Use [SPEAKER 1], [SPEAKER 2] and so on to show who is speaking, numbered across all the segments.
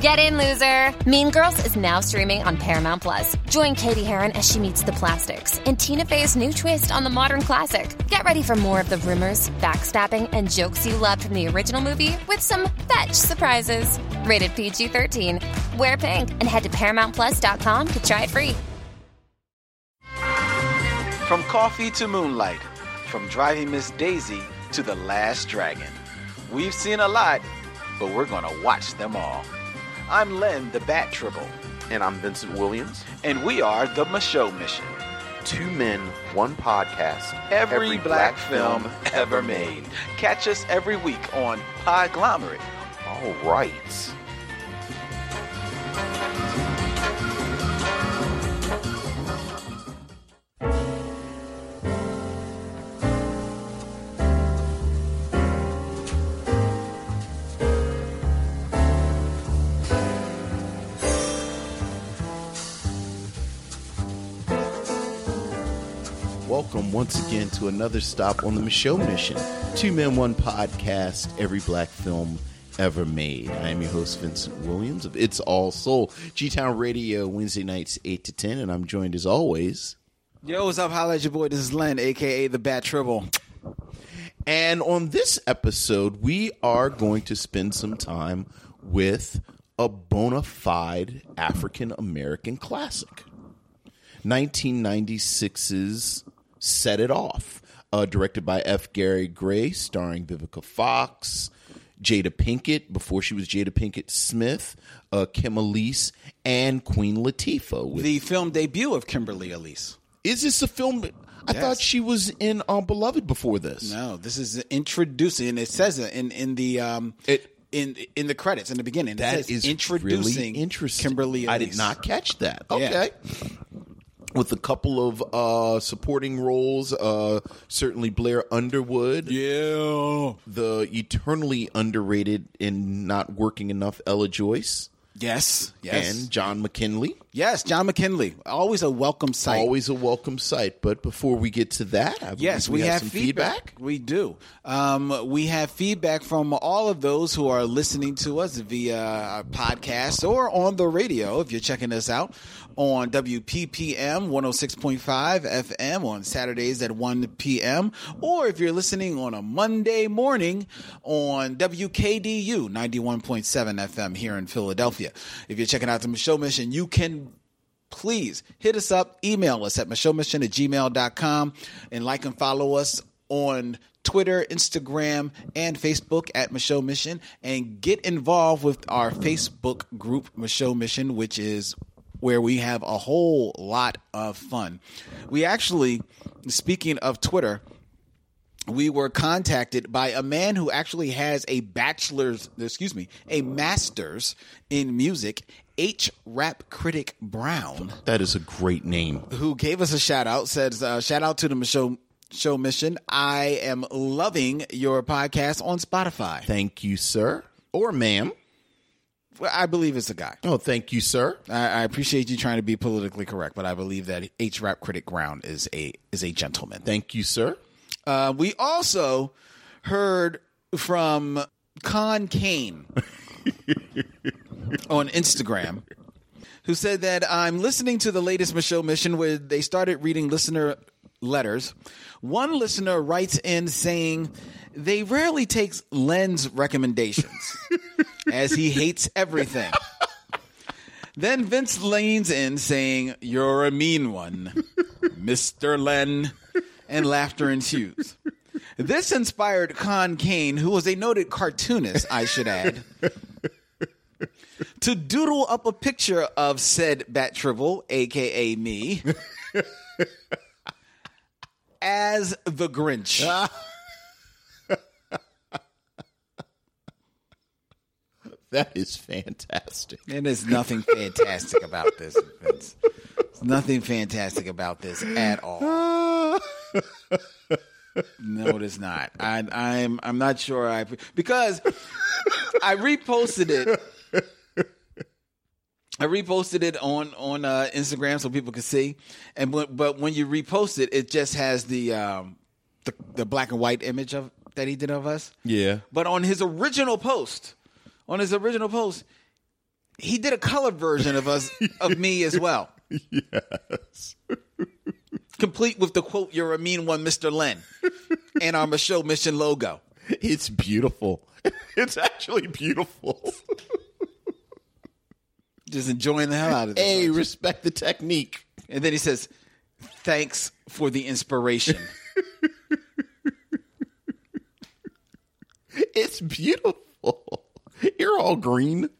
[SPEAKER 1] Get in, loser! Mean Girls is now streaming on Paramount Plus. Join Katie Heron as she meets the plastics and Tina Fey's new twist on the modern classic. Get ready for more of the rumors, backstabbing, and jokes you loved from the original movie with some fetch surprises. Rated PG 13. Wear pink and head to ParamountPlus.com to try it free.
[SPEAKER 2] From coffee to moonlight, from driving Miss Daisy to the last dragon. We've seen a lot, but we're going to watch them all. I'm Len the Bat Tribble,
[SPEAKER 3] And I'm Vincent Williams.
[SPEAKER 2] and we are the Michaud Mission.
[SPEAKER 3] Two men, one podcast.
[SPEAKER 2] Every, black, film, ever made. Catch us every week on Podglomerate.
[SPEAKER 3] All right.
[SPEAKER 4] Welcome once again to another stop on the Michelle Mission. Two Men, One Podcast, every black film ever made. I am your host, Vincent Williams of It's All Soul, G Town Radio, Wednesday nights, 8 to 10, and I'm joined as always.
[SPEAKER 5] Yo, what's up? Holla at your boy. This is Len, aka the Bat Tribble.
[SPEAKER 4] And on this episode, we are going to spend some time with a bona fide African American classic. 1996's Set It Off, uh, directed by F. Gary Gray, starring Vivica Fox, Jada Pinkett, before she was Jada Pinkett Smith, uh, Kim Elise, and Queen Latifah. With,
[SPEAKER 5] The film debut of Kimberly Elise.
[SPEAKER 4] is this a film? I
[SPEAKER 5] Yes.
[SPEAKER 4] thought she was in um, Beloved before this.
[SPEAKER 5] No, Oh, this is introducing, and it says it in in the um
[SPEAKER 4] It-
[SPEAKER 5] in in the credits in the beginning. It
[SPEAKER 4] That
[SPEAKER 5] says
[SPEAKER 4] is
[SPEAKER 5] introducing
[SPEAKER 4] really interesting.
[SPEAKER 5] Kimberly. Elise.
[SPEAKER 4] I did not catch that.
[SPEAKER 5] Yeah.
[SPEAKER 4] Okay. With a couple of uh, supporting roles, uh, certainly Blair Underwood,
[SPEAKER 5] Yeah.
[SPEAKER 4] the eternally underrated and not working enough Ella Joyce,
[SPEAKER 5] Yes. Yes.
[SPEAKER 4] and John McKinley.
[SPEAKER 5] yes. John McKinley. Always a welcome sight.
[SPEAKER 4] Always a welcome sight. But before we get to that, I
[SPEAKER 5] Yes,
[SPEAKER 4] believe
[SPEAKER 5] we, have,
[SPEAKER 4] some
[SPEAKER 5] feedback. We do. Um, we have feedback from all of those who are listening to us via our podcast or on the radio. If you're checking us out on WPPM 106.5 FM on Saturdays at 1 p.m., or if you're listening on a Monday morning on WKDU 91.7 FM here in Philadelphia. If you're checking out the Michelle Mission, you can please hit us up, email us at michellemission at gmail.com, and like and follow us on Twitter, Instagram, and Facebook at Michelle Mission, and get involved with our Facebook group, Michelle Mission, which is where we have a whole lot of fun. We actually, speaking of Twitter, we were contacted by a man who actually has a bachelor's, excuse me, a master's in music, H rap critic Brown
[SPEAKER 4] That is a great name.
[SPEAKER 5] who gave us a shout out says uh, shout out to the show show mission i am loving your podcast on spotify
[SPEAKER 4] Thank you, sir. Or ma'am.
[SPEAKER 5] Well, i believe it's a guy
[SPEAKER 4] Oh, thank you, sir.
[SPEAKER 5] I, I appreciate you trying to be politically correct but i believe that h rap critic ground is a is a gentleman
[SPEAKER 4] Thank you, sir.
[SPEAKER 5] uh, we also heard from con kane on instagram who said that I'm listening to the latest Michelle Mission where they started reading listener letters. One listener writes in saying they rarely takes Len's recommendations as he hates everything. then Vince leans in saying, You're a mean one, Mr. Len, and laughter ensues. This inspired Con Kane, who was a noted cartoonist, I should add to doodle up a picture of said Bat Tribble, aka me, as the Grinch.
[SPEAKER 4] That is fantastic.
[SPEAKER 5] And there's nothing fantastic about this. Vince. Nothing fantastic about this at all. No, it is not. I, I'm I'm not sure I because I reposted it. I reposted it on on uh, Instagram so people could see, and when, but when you repost it, it just has the um, the, the black and white image of that he did of us.
[SPEAKER 4] Yeah.
[SPEAKER 5] But on his original post, on his original post, he did a color version of us of me as well. Yes. Complete with the quote, "You're a mean one, Mister Len," and our Michelle Mission logo.
[SPEAKER 4] It's beautiful. It's actually beautiful.
[SPEAKER 5] Just enjoying the hell out of this.
[SPEAKER 4] hey, respect the technique.
[SPEAKER 5] And then he says, "Thanks for the inspiration."
[SPEAKER 4] It's beautiful. You're all green.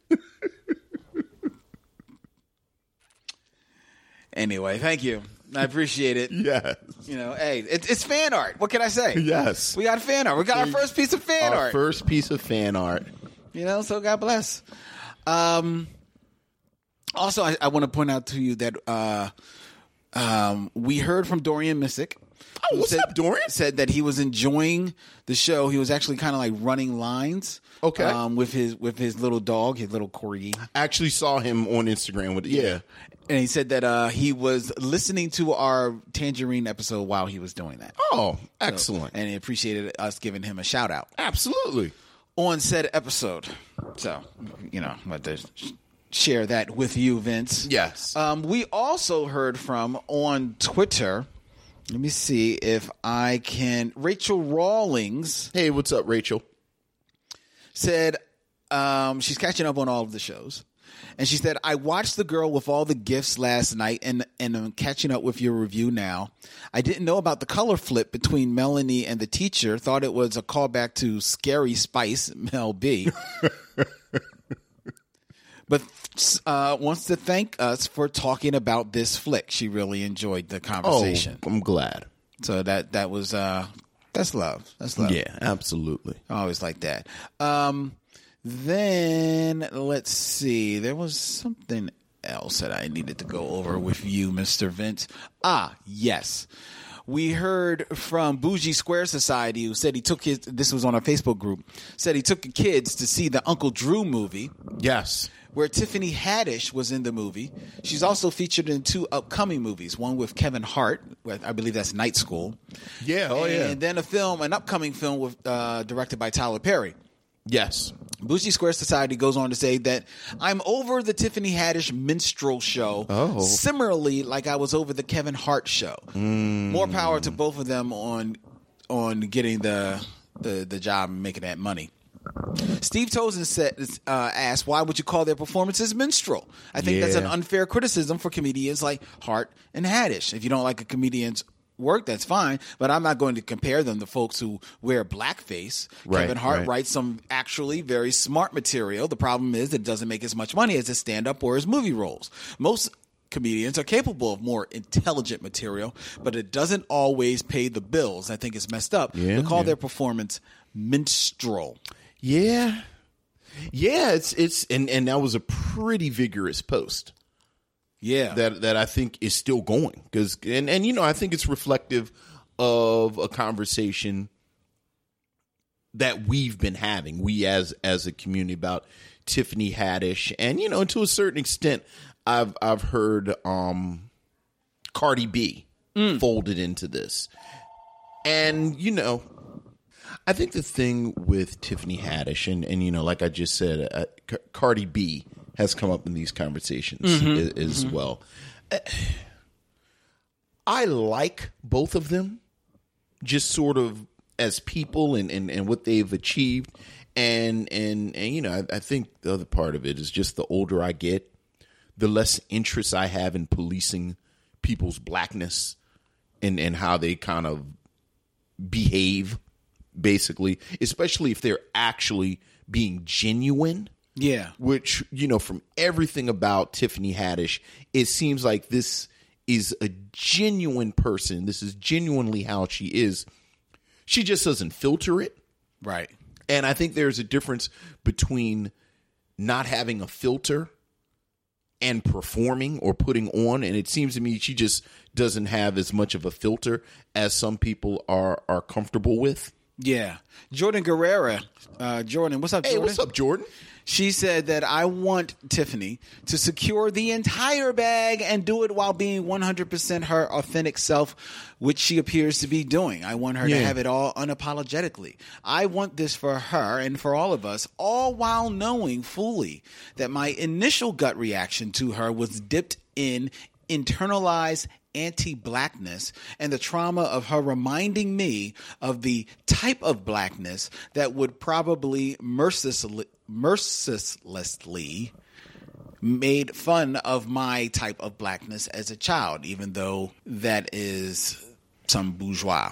[SPEAKER 5] anyway, thank you. I appreciate it.
[SPEAKER 4] Yes.
[SPEAKER 5] You know, hey, it, it's fan art. What can I say?
[SPEAKER 4] Yes.
[SPEAKER 5] we got fan art. We got our first piece of fan
[SPEAKER 4] Our
[SPEAKER 5] art.
[SPEAKER 4] first piece of fan art.
[SPEAKER 5] you know so god bless um also i, I want to point out to you that uh um we heard from dorian Missick.
[SPEAKER 4] Oh, what's
[SPEAKER 5] said,
[SPEAKER 4] up, Dorian?
[SPEAKER 5] said that he was enjoying the show he was actually kind of like running lines
[SPEAKER 4] Okay.
[SPEAKER 5] um with his with his little dog his little corgi
[SPEAKER 4] Actually saw him on Instagram with yeah.
[SPEAKER 5] and he said that uh he was listening to our tangerine episode while he was doing that
[SPEAKER 4] Oh, excellent.
[SPEAKER 5] and he appreciated us giving him a shout out
[SPEAKER 4] Absolutely.
[SPEAKER 5] on said episode. So, you know, but there's share that with you, Vince.
[SPEAKER 4] Yes.
[SPEAKER 5] Um, we also heard from on Twitter. Let me see if I can. Rachel Rawlings
[SPEAKER 4] Hey, what's up, Rachel?
[SPEAKER 5] said um, she's catching up on all of the shows. And she said, I watched The Girl with All the Gifts last night and, and I'm catching up with your review now. I didn't know about the color flip between Melanie and the teacher. Thought it was a callback to Scary Spice, Mel B. but uh, wants to thank us for talking about this flick. She really enjoyed the
[SPEAKER 4] Oh,
[SPEAKER 5] conversation.
[SPEAKER 4] I'm glad.
[SPEAKER 5] So that, that was, uh, that's love. That's love.
[SPEAKER 4] Yeah, absolutely.
[SPEAKER 5] I always like that. Um, then let's see. There was something else that I needed to go over with you, Mister Vince. Ah, yes. We heard from Bougie Square Society who said he took his. This was on our Facebook group. Said he took the kids to see the Uncle Drew movie
[SPEAKER 4] Yes.
[SPEAKER 5] where Tiffany Haddish was in the movie. She's also featured in two upcoming movies, one with Kevin Hart, with- I believe that's Night School.
[SPEAKER 4] Yeah, oh,
[SPEAKER 5] and
[SPEAKER 4] yeah.
[SPEAKER 5] then a film, an upcoming film with uh, directed by Tyler Perry.
[SPEAKER 4] Yes.
[SPEAKER 5] Bougie Square Society goes on to say that I'm over the Tiffany Haddish minstrel show.
[SPEAKER 4] Oh.
[SPEAKER 5] Similarly, like I was over the Kevin Hart show.
[SPEAKER 4] Mm.
[SPEAKER 5] More power to both of them on on getting the the, the job and making that money. Steve Tozen said, uh, asked, why would you call their performances minstrel? I think that's an
[SPEAKER 4] Yeah.
[SPEAKER 5] unfair criticism for comedians like Hart and Haddish. If you don't like a comedian's work, that's fine, but I'm not going to compare them to folks who wear blackface.
[SPEAKER 4] Right,
[SPEAKER 5] Kevin Hart
[SPEAKER 4] right.
[SPEAKER 5] writes some actually very smart material. The problem is that it doesn't make as much money as his stand up or his movie roles. Most comedians are capable of more intelligent material, but it doesn't always pay the bills. I think it's messed up
[SPEAKER 4] Yeah,
[SPEAKER 5] to call
[SPEAKER 4] yeah.
[SPEAKER 5] their performance minstrel.
[SPEAKER 4] Yeah. Yeah, it's it's and and that was a pretty vigorous post.
[SPEAKER 5] Yeah.
[SPEAKER 4] that that I think is still going because and and you know I think it's reflective of a conversation that we've been having we as as a community about Tiffany Haddish and you know to a certain extent I've I've heard um Cardi B folded into this and you know I think the thing with Tiffany Haddish, and, and you know, like I just said, uh, C- Cardi B has come up in these conversations a- as well. Uh, I like both of them, just sort of as people and, and, and what they've achieved. And, and, and you know, I, I think the other part of it is just the older I get, the less interest I have in policing people's blackness and, and how they kind of behave basically especially if they're actually being genuine
[SPEAKER 5] yeah.
[SPEAKER 4] which you know from everything about tiffany haddish it seems like this is a genuine person this is genuinely how she is she just doesn't filter it
[SPEAKER 5] Right.
[SPEAKER 4] and I think there's a difference between not having a filter and performing or putting on. And it seems to me she just doesn't have as much of a filter as some people are are comfortable with.
[SPEAKER 5] Yeah. Jordan Guerrera. Uh, Jordan, what's up,
[SPEAKER 4] Hey,
[SPEAKER 5] Jordan?
[SPEAKER 4] what's up, Jordan?
[SPEAKER 5] She said that I want Tiffany to secure the entire bag and do it while being 100% her authentic self, which she appears to be doing. I want her to
[SPEAKER 4] Yeah.
[SPEAKER 5] have it all unapologetically. I want this for her and for all of us, all while knowing fully that my initial gut reaction to her was dipped in internalized anti blackness and the trauma of her reminding me of the type of blackness that would probably mercilessly, mercilessly made fun of my type of blackness as a child, even though that is some bourgeois.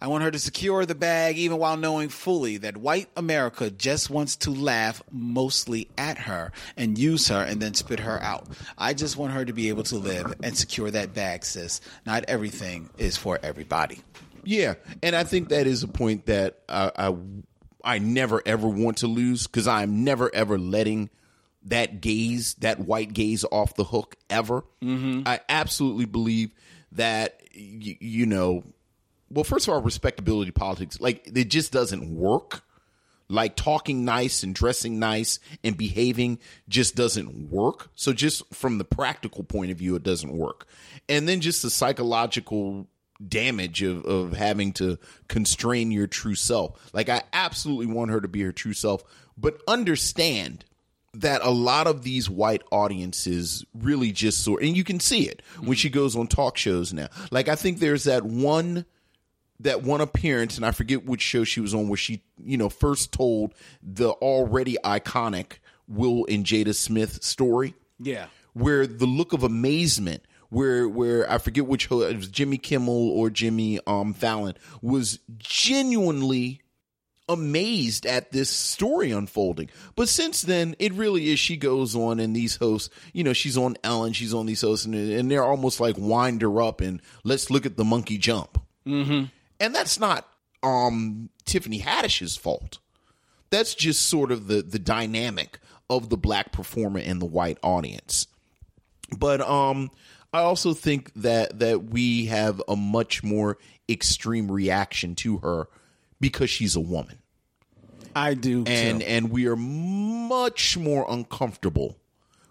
[SPEAKER 5] I want her to secure the bag even while knowing fully that white America just wants to laugh mostly at her and use her and then spit her out. I just want her to be able to live and secure that bag, sis. Not everything is for everybody.
[SPEAKER 4] Yeah, and I think that is a point that I I, I never ever want to lose because I'm never ever letting that gaze, that white gaze, off the hook ever. I absolutely believe that y- you know. Well, first of all, respectability politics like it just doesn't work. Like talking nice and dressing nice and behaving just doesn't work. So just from the practical point of view, it doesn't work. And then just the psychological damage of, of having to constrain your true self. Like, I absolutely want her to be her true self, but understand that a lot of these white audiences really just sort and you can see it when she goes on talk shows now. Like, I think there's that one that one appearance, and I forget which show she was on, where she, you know, first told the already iconic Will and Jada Smith story
[SPEAKER 5] Yeah.
[SPEAKER 4] where the look of amazement where where I forget which ho- it was Jimmy Kimmel or Jimmy um Fallon was genuinely amazed at this story unfolding. But since then, it really is she goes on and these hosts, you know, she's on Ellen, she's on these hosts and, and they're almost like wind her up and let's look at the monkey jump. Mhm. And that's not um Tiffany Haddish's fault that's just sort of the the dynamic of the black performer and the white audience but um i also think that that we have a much more extreme reaction to her because she's a woman
[SPEAKER 5] I do.
[SPEAKER 4] and and we are much more uncomfortable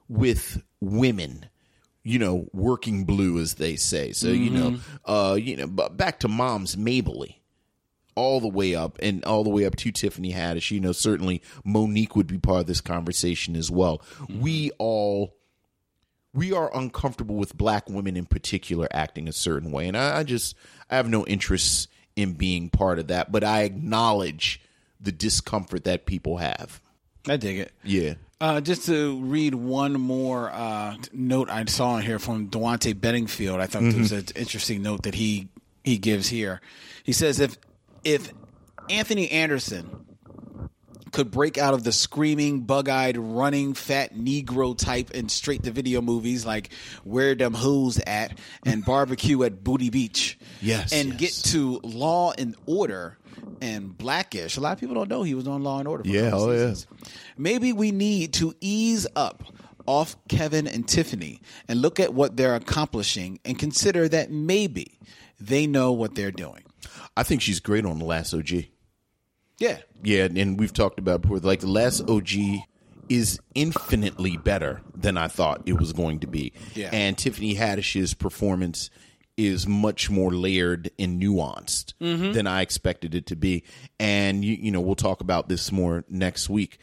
[SPEAKER 4] with women you know working blue as they say so you know uh you know but back to mom's Mabley all the way up and all the way up to Tiffany Haddish you know certainly Monique would be part of this conversation as well we all we are uncomfortable with black women in particular acting a certain way. And I, I just I have no interest in being part of that, but I acknowledge the discomfort that people have.
[SPEAKER 5] I dig it.
[SPEAKER 4] Yeah.
[SPEAKER 5] Uh, just to read one more uh, note I saw in here from Dewante Bettingfield. I thought there was an
[SPEAKER 4] Mm-hmm.
[SPEAKER 5] interesting note that he he gives here. He says if if Anthony Anderson could break out of the screaming, bug-eyed, running, fat Negro type and straight to video movies like Where Them Who's At and Barbecue at Booty Beach.
[SPEAKER 4] Yes,
[SPEAKER 5] And
[SPEAKER 4] yes.
[SPEAKER 5] get to Law and Order and Blackish. A lot of people don't know he was on Law and Order. For a
[SPEAKER 4] Yeah,
[SPEAKER 5] couple
[SPEAKER 4] oh, yeah.
[SPEAKER 5] seasons. Maybe we need to ease up off Kevin and Tiffany and look at what they're accomplishing and consider that maybe they know what they're doing.
[SPEAKER 4] I think she's great on the last OG.
[SPEAKER 5] Yeah.
[SPEAKER 4] Yeah, and- and we've talked about it before. Like the last OG is infinitely better than I thought it was going to be.
[SPEAKER 5] Yeah.
[SPEAKER 4] And Tiffany Haddish's performance is much more layered and nuanced than I expected it to be. And you, you know, we'll talk about this more next week.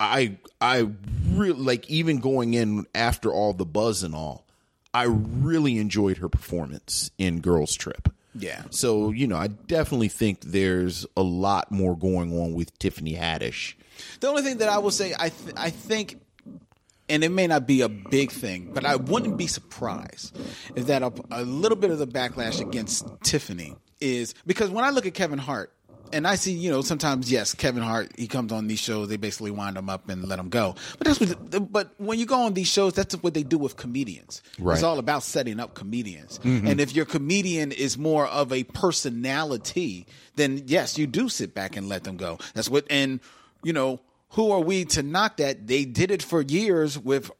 [SPEAKER 4] I I really like even going in after all the buzz and all. I really enjoyed her performance in Girls Trip.
[SPEAKER 5] Yeah.
[SPEAKER 4] So, you know, I definitely think there's a lot more going on with Tiffany Haddish.
[SPEAKER 5] The only thing that I will say, I th- I think, and it may not be a big thing, but I wouldn't be surprised if that a, a little bit of the backlash against Tiffany is because when I look at Kevin Hart. And I see, you know, sometimes yes, Kevin Hart. He comes on these shows; they basically wind him up and let him go. But that's what. the- But when you go on these shows, that's what they do with comedians.
[SPEAKER 4] Right.
[SPEAKER 5] It's all about setting up comedians. And if your comedian is more of a personality, then yes, you do sit back and let them go. That's what, and you know, who are we to knock that? They did it for years with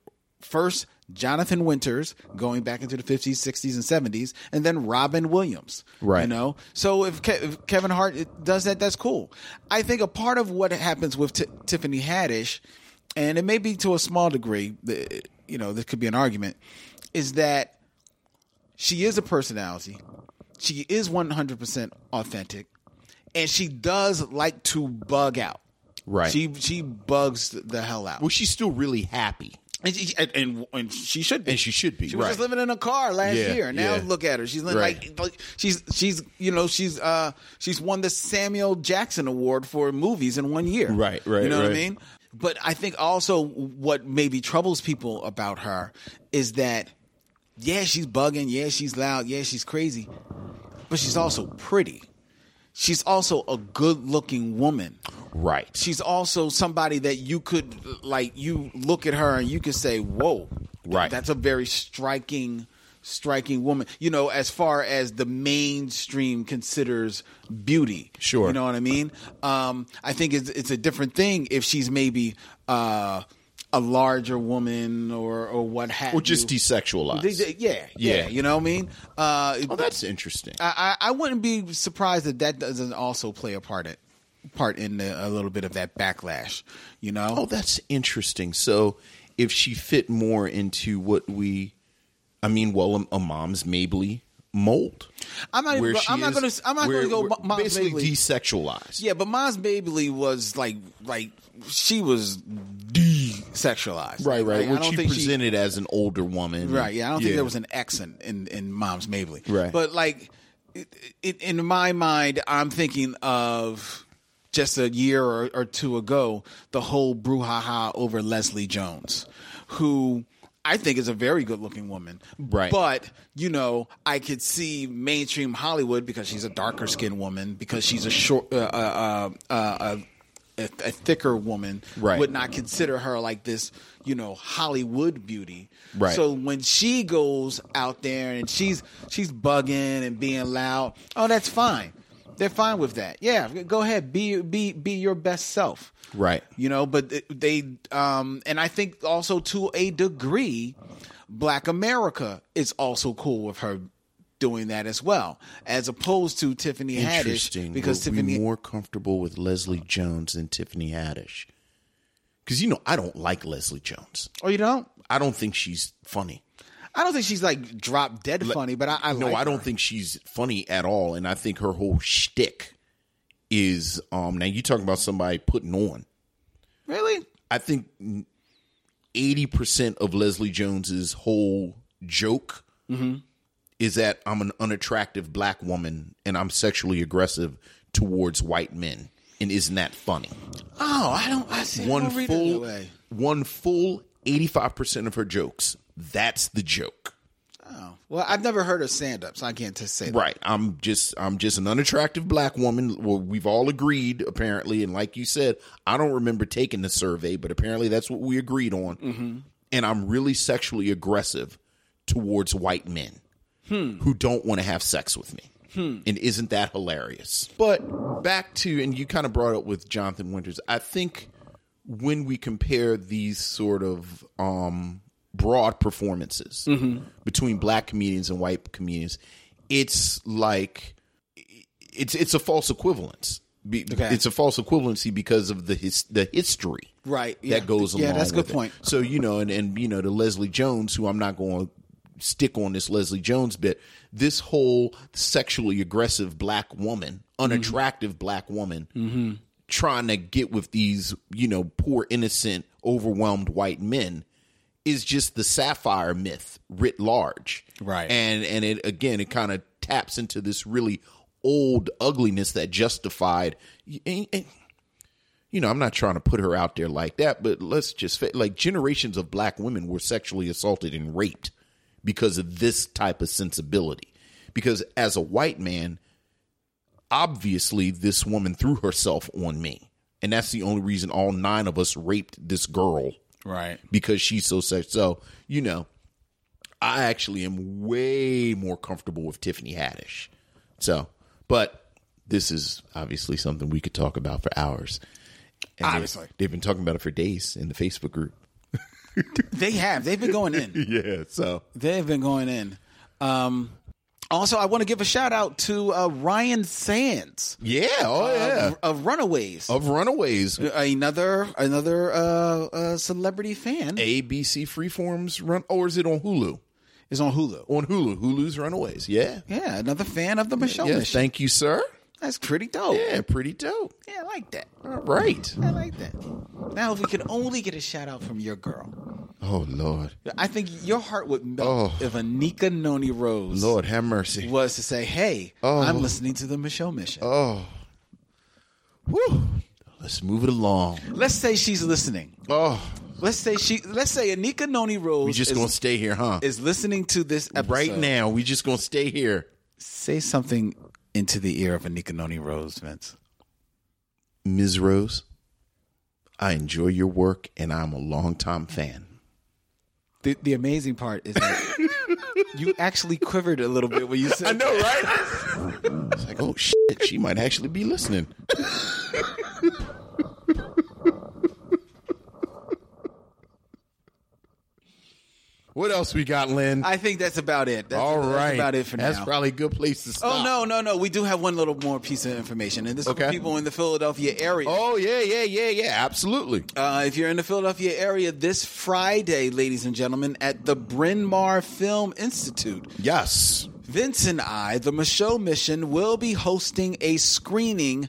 [SPEAKER 5] First, Jonathan Winters going back into the 50s, 60s, and 70s, and then Robin Williams.
[SPEAKER 4] Right.
[SPEAKER 5] You know? So if, Ke- if Kevin Hart it- does that, that's cool. I think a part of what happens with Ti- Tiffany Haddish, and it may be to a small degree, the- you know, this could be an argument, is that she is a personality. She is 100% authentic, and she does like to bug out.
[SPEAKER 4] Right.
[SPEAKER 5] She she bugs the hell out.
[SPEAKER 4] Well, she's still really happy.
[SPEAKER 5] And she, and, and, and she should be.
[SPEAKER 4] And she should be,
[SPEAKER 5] She was just
[SPEAKER 4] right.
[SPEAKER 5] living in a car last
[SPEAKER 4] Yeah,
[SPEAKER 5] year. Now
[SPEAKER 4] yeah.
[SPEAKER 5] look at her. She's li-
[SPEAKER 4] Right.
[SPEAKER 5] like, like she's she's you know she's uh she's won the Samuel Jackson Award for movies in one year.
[SPEAKER 4] Right, right,
[SPEAKER 5] You know what I
[SPEAKER 4] right.
[SPEAKER 5] mean? But I think also what maybe troubles people about her is that yeah she's bugging, yeah she's loud, yeah she's crazy, but she's also pretty. She's also a good looking woman
[SPEAKER 4] Right.
[SPEAKER 5] she's also somebody that you could like you look at her and you could say whoa
[SPEAKER 4] Right.
[SPEAKER 5] that's a very striking striking woman you know as far as the mainstream considers beauty
[SPEAKER 4] Sure.
[SPEAKER 5] you know what i mean um i think it's, it's a different thing if she's maybe uh a larger woman or or what have
[SPEAKER 4] Or just
[SPEAKER 5] you.
[SPEAKER 4] desexualized.
[SPEAKER 5] yeah, yeah
[SPEAKER 4] Yeah.
[SPEAKER 5] you know what i mean uh
[SPEAKER 4] oh, that's interesting.
[SPEAKER 5] I, I I wouldn't be surprised if that doesn't also play a part it, part in the, a little bit of that backlash. You know,
[SPEAKER 4] Oh, that's interesting. So, if she fit more into what we, I mean, well, um, a, a mom's Mabley mold.
[SPEAKER 5] I'm not.
[SPEAKER 4] where
[SPEAKER 5] Even,
[SPEAKER 4] she
[SPEAKER 5] I'm not
[SPEAKER 4] is-
[SPEAKER 5] going to. I'm not
[SPEAKER 4] where-
[SPEAKER 5] going to go.
[SPEAKER 4] where-
[SPEAKER 5] Mom
[SPEAKER 4] basically
[SPEAKER 5] Bailey.
[SPEAKER 4] desexualized.
[SPEAKER 5] yeah, but Mom's Bailey was like like she was desexualized.
[SPEAKER 4] Right, right.
[SPEAKER 5] Like, I
[SPEAKER 4] When
[SPEAKER 5] don't
[SPEAKER 4] she
[SPEAKER 5] think
[SPEAKER 4] presented as an older woman.
[SPEAKER 5] Right. Yeah. I don't think there was an X in, in, in Mom's Mabley.
[SPEAKER 4] Right.
[SPEAKER 5] But like, it, it, in my mind, I'm thinking of just a year or, or two ago, the whole brouhaha over Leslie Jones, who I think is a very good looking woman.
[SPEAKER 4] Right.
[SPEAKER 5] But, you know, I could see mainstream Hollywood because she's a darker skinned woman, because she's a short, uh, uh, uh, uh, a, a thicker woman
[SPEAKER 4] Right.
[SPEAKER 5] would not consider her like this, you know, Hollywood beauty.
[SPEAKER 4] Right.
[SPEAKER 5] So when she goes out there and she's she's bugging and being loud, oh, that's fine. They're fine with that. Yeah, go ahead. Be be be your best self.
[SPEAKER 4] Right.
[SPEAKER 5] You know, but it- they um and I think also to a degree Black America is also cool with her doing that as well as opposed to Tiffany
[SPEAKER 4] Interesting.
[SPEAKER 5] Haddish because
[SPEAKER 4] Were we
[SPEAKER 5] Tiffany
[SPEAKER 4] more comfortable with Leslie Jones than Tiffany Haddish. Because you know, I don't like Leslie Jones.
[SPEAKER 5] Oh, you don't?
[SPEAKER 4] I don't think she's funny.
[SPEAKER 5] I don't think she's like drop dead funny, but I, I
[SPEAKER 4] no,
[SPEAKER 5] like
[SPEAKER 4] I don't
[SPEAKER 5] her.
[SPEAKER 4] think she's funny at all, and I think her whole shtick is um. Now you talking about somebody putting on.
[SPEAKER 5] really.
[SPEAKER 4] I think eighty percent of Leslie Jones's whole joke is that I'm an unattractive black woman and I'm sexually aggressive towards white men, and isn't that funny?
[SPEAKER 5] Oh, I don't. I see.
[SPEAKER 4] one
[SPEAKER 5] I don't read it that
[SPEAKER 4] full
[SPEAKER 5] way.
[SPEAKER 4] one full 85% of her jokes that's the joke
[SPEAKER 5] Oh. Well, I've never heard of stand up, so I can't just say that.
[SPEAKER 4] right i'm just i'm just an unattractive black woman well we've all agreed apparently and like you said i don't remember taking the survey but apparently that's what we agreed on and i'm really sexually aggressive towards white men who don't want to have sex with me and isn't that hilarious Hmm. but back to and you kind of brought up with jonathan winters i think when we compare these sort of um, broad performances
[SPEAKER 5] Mm-hmm.
[SPEAKER 4] between black comedians and white comedians, it's like it's it's a false equivalence. Be,
[SPEAKER 5] Okay.
[SPEAKER 4] It's a false equivalency because of the his, the history,
[SPEAKER 5] Right,
[SPEAKER 4] That
[SPEAKER 5] yeah.
[SPEAKER 4] goes along.
[SPEAKER 5] Yeah, that's a good
[SPEAKER 4] with it.
[SPEAKER 5] point.
[SPEAKER 4] So you know, and and you know, the Leslie Jones, who I'm not going to stick on this Leslie Jones bit. This whole sexually aggressive black woman,
[SPEAKER 5] Mm-hmm.
[SPEAKER 4] unattractive black woman, trying to get with these, you know, poor, innocent, overwhelmed white men is just the sapphire myth writ large.
[SPEAKER 5] Right.
[SPEAKER 4] And and it again it kind of taps into this really old ugliness that justified and- and- you know, I'm not trying to put her out there like that, but let's just fa- like generations of black women were sexually assaulted and raped because of this type of sensibility. Because as a white man, obviously this woman threw herself on me. And that's the only reason all nine of us raped this girl
[SPEAKER 5] Right.
[SPEAKER 4] because she's so sex. So, you know, I actually am way more comfortable with Tiffany Haddish. So, but this is obviously something we could talk about for hours. And they-
[SPEAKER 5] Obviously.
[SPEAKER 4] They've been talking about it for days in the Facebook group.
[SPEAKER 5] They have. They've been going in.
[SPEAKER 4] yeah. So
[SPEAKER 5] They've been going in. Um, also, I want to give a shout out to uh, Ryan Sands
[SPEAKER 4] yeah. Oh yeah.
[SPEAKER 5] of, of Runaways,
[SPEAKER 4] Of Runaways,
[SPEAKER 5] another another uh, uh, celebrity fan.
[SPEAKER 4] ABC Freeform's Run, or is it on Hulu?
[SPEAKER 5] Is on Hulu.
[SPEAKER 4] On Hulu, Hulu's Runaways. Yeah.
[SPEAKER 5] Yeah, another fan of the Michelle
[SPEAKER 4] Yeah.
[SPEAKER 5] Mission.
[SPEAKER 4] Thank you, sir.
[SPEAKER 5] That's pretty dope.
[SPEAKER 4] Yeah. Pretty dope.
[SPEAKER 5] Yeah, I like that.
[SPEAKER 4] All right.
[SPEAKER 5] I like that. Now, if we could only get a shout out from your girl,
[SPEAKER 4] Oh Lord,
[SPEAKER 5] I think your heart would melt
[SPEAKER 4] Oh.
[SPEAKER 5] if Anika Noni Rose
[SPEAKER 4] Lord have mercy.
[SPEAKER 5] was to say, "Hey,
[SPEAKER 4] Oh.
[SPEAKER 5] I'm listening to the Michelle Mission."
[SPEAKER 4] Oh. Whew. Let's move it along.
[SPEAKER 5] Let's say she's listening.
[SPEAKER 4] Oh,
[SPEAKER 5] Let's say she. Let's say Anika Noni
[SPEAKER 4] we
[SPEAKER 5] Rose
[SPEAKER 4] just
[SPEAKER 5] is,
[SPEAKER 4] gonna stay here, huh?
[SPEAKER 5] is listening to this episode
[SPEAKER 4] Right now, we just gonna stay here.
[SPEAKER 5] Say something into the ear of Anika Noni Rose, Vince.
[SPEAKER 4] Ms. Rose, I enjoy your work, and I'm a longtime fan.
[SPEAKER 5] The, the amazing part is that you actually quivered a little bit when you said. I know.
[SPEAKER 4] It's like, oh shit, she might actually be listening. what else we got, Lynn?
[SPEAKER 5] I think that's about it. That's,
[SPEAKER 4] All right,
[SPEAKER 5] that's about it for
[SPEAKER 4] That's
[SPEAKER 5] now.
[SPEAKER 4] probably a good place to
[SPEAKER 5] Oh
[SPEAKER 4] stop.
[SPEAKER 5] no, no, no! We do have one little more piece of information, and this is for
[SPEAKER 4] Okay.
[SPEAKER 5] people in the Philadelphia area.
[SPEAKER 4] Oh yeah, yeah, yeah, yeah. Absolutely.
[SPEAKER 5] Uh, if you're in the Philadelphia area this Friday, ladies and gentlemen, at the Bryn Mawr Film Institute,
[SPEAKER 4] Yes.
[SPEAKER 5] Vince and I, the Michelle Mission, will be hosting a screening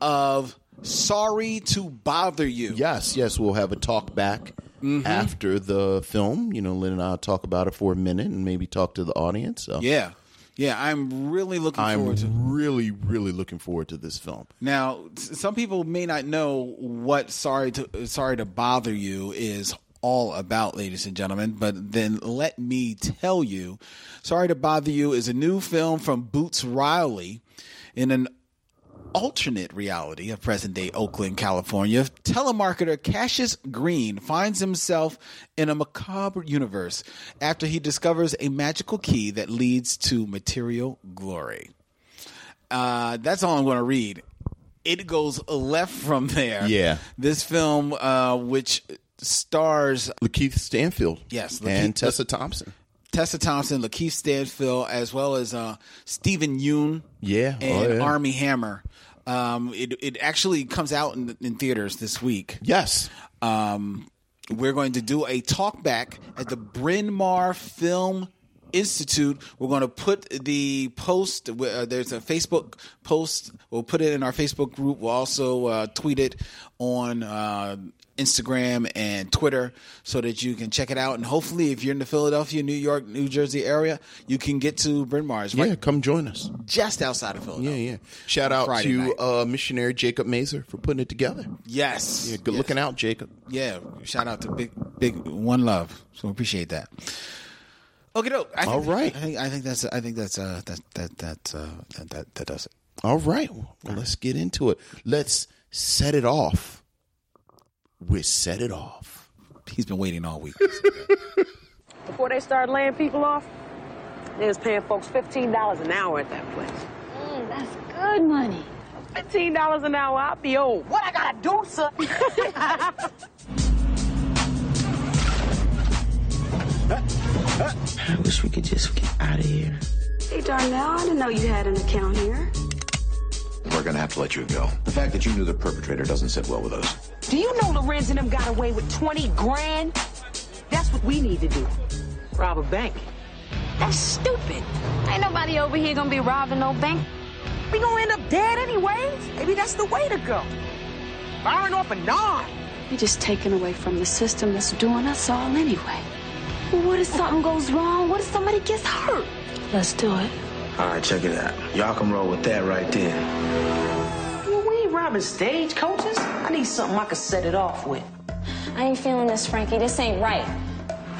[SPEAKER 5] of Sorry to Bother You.
[SPEAKER 4] Yes, yes, we'll have a talk back
[SPEAKER 5] Mm-hmm.
[SPEAKER 4] after the film. You know, Lynn and I'll talk about it for a minute and maybe talk to the audience. So
[SPEAKER 5] Yeah. Yeah, I'm really looking forward to
[SPEAKER 4] I'm really, really looking forward to this film.
[SPEAKER 5] Now, s- some people may not know what "Sorry to Sorry to Bother You" is all about, ladies and gentlemen. But then let me tell you, "Sorry to Bother You" is a new film from Boots Riley in an alternate reality of present day Oakland, California, telemarketer Cassius Green finds himself in a macabre universe after he discovers a magical key that leads to material glory. Uh, that's all I'm going to read. It goes left from there.
[SPEAKER 4] Yeah.
[SPEAKER 5] This film, uh, which stars
[SPEAKER 4] Lakeith Stanfield.
[SPEAKER 5] Yes,
[SPEAKER 4] and
[SPEAKER 5] Lakeith-
[SPEAKER 4] Tessa Thompson.
[SPEAKER 5] Tessa Thompson, Lakeith Stanfield, as well as uh, Stephen Yoon.
[SPEAKER 4] Yeah. Oh,
[SPEAKER 5] and
[SPEAKER 4] yeah.
[SPEAKER 5] Army Hammer. Um, it it actually comes out in, in theaters this week.
[SPEAKER 4] Yes.
[SPEAKER 5] Um, we're going to do a talk back at the Bryn Mawr Film Institute. We're going to put the post, uh, there's a Facebook post. We'll put it in our Facebook group. We'll also uh, tweet it on uh, Instagram and Twitter so that you can check it out. And hopefully, if you're in the Philadelphia, New York, New Jersey area, you can get to Bryn Mawr. It's right
[SPEAKER 4] Yeah, come join us.
[SPEAKER 5] just outside of
[SPEAKER 4] Yeah,
[SPEAKER 5] Philadelphia.
[SPEAKER 4] yeah. Shout out
[SPEAKER 5] Friday
[SPEAKER 4] to
[SPEAKER 5] night.
[SPEAKER 4] uh, missionary Jacob Mazer for putting it together.
[SPEAKER 5] Yes.
[SPEAKER 4] Yeah, good looking out, Jacob.
[SPEAKER 5] Yeah, shout out to big big one love. So appreciate that. Okay, doke. I think,
[SPEAKER 4] All right.
[SPEAKER 5] I think I think that's I think that's uh that that that uh that that, that does it.
[SPEAKER 4] All right. Well, let's get into it. Let's set it off. We set it off.
[SPEAKER 5] He's been waiting all week.
[SPEAKER 6] Before they start laying people off, they was paying folks $15 an hour at that place.
[SPEAKER 7] Mm, that's good money.
[SPEAKER 6] $15 an hour, I'll be old. What I gotta do, sir?
[SPEAKER 8] I wish we could just get out of here.
[SPEAKER 7] Hey, Darnell, I didn't know you had an account here.
[SPEAKER 9] We're gonna have to let you go. The fact that you knew the perpetrator doesn't sit well with us.
[SPEAKER 6] do you know Lorenz and them got away with 20 grand? That's what we need to do. Rob a bank.
[SPEAKER 7] That's stupid. Ain't nobody over here gonna be robbing no bank.
[SPEAKER 6] We gonna end up dead anyways. Maybe that's the way to go. Firing off a nine.
[SPEAKER 7] You're just taking away from the system that's doing us all anyway. Well, what if something goes wrong? What if somebody gets hurt? Let's do it.
[SPEAKER 9] All right, check it out. Y'all can roll with that right there.
[SPEAKER 6] Well, we ain't robbing stagecoaches. I need something I can set it off with.
[SPEAKER 7] I ain't feeling this, Frankie. This ain't right.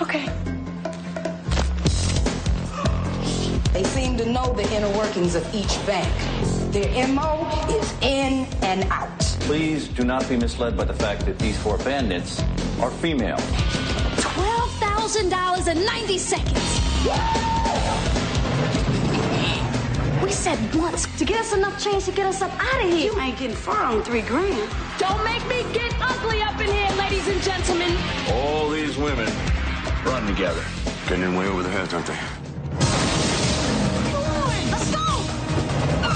[SPEAKER 7] Okay.
[SPEAKER 10] They seem to know the inner workings of each bank. Their MO is in and out.
[SPEAKER 9] Please do not be misled by the fact that these four bandits are female.
[SPEAKER 7] $12,000 in 90 seconds. We said once to get us enough change to get us up out of here.
[SPEAKER 10] You ain't getting far on three grand.
[SPEAKER 11] Don't make me get ugly up in here, ladies and gentlemen.
[SPEAKER 9] All these women run together. Getting in way over their heads, aren't they?
[SPEAKER 7] Let's go!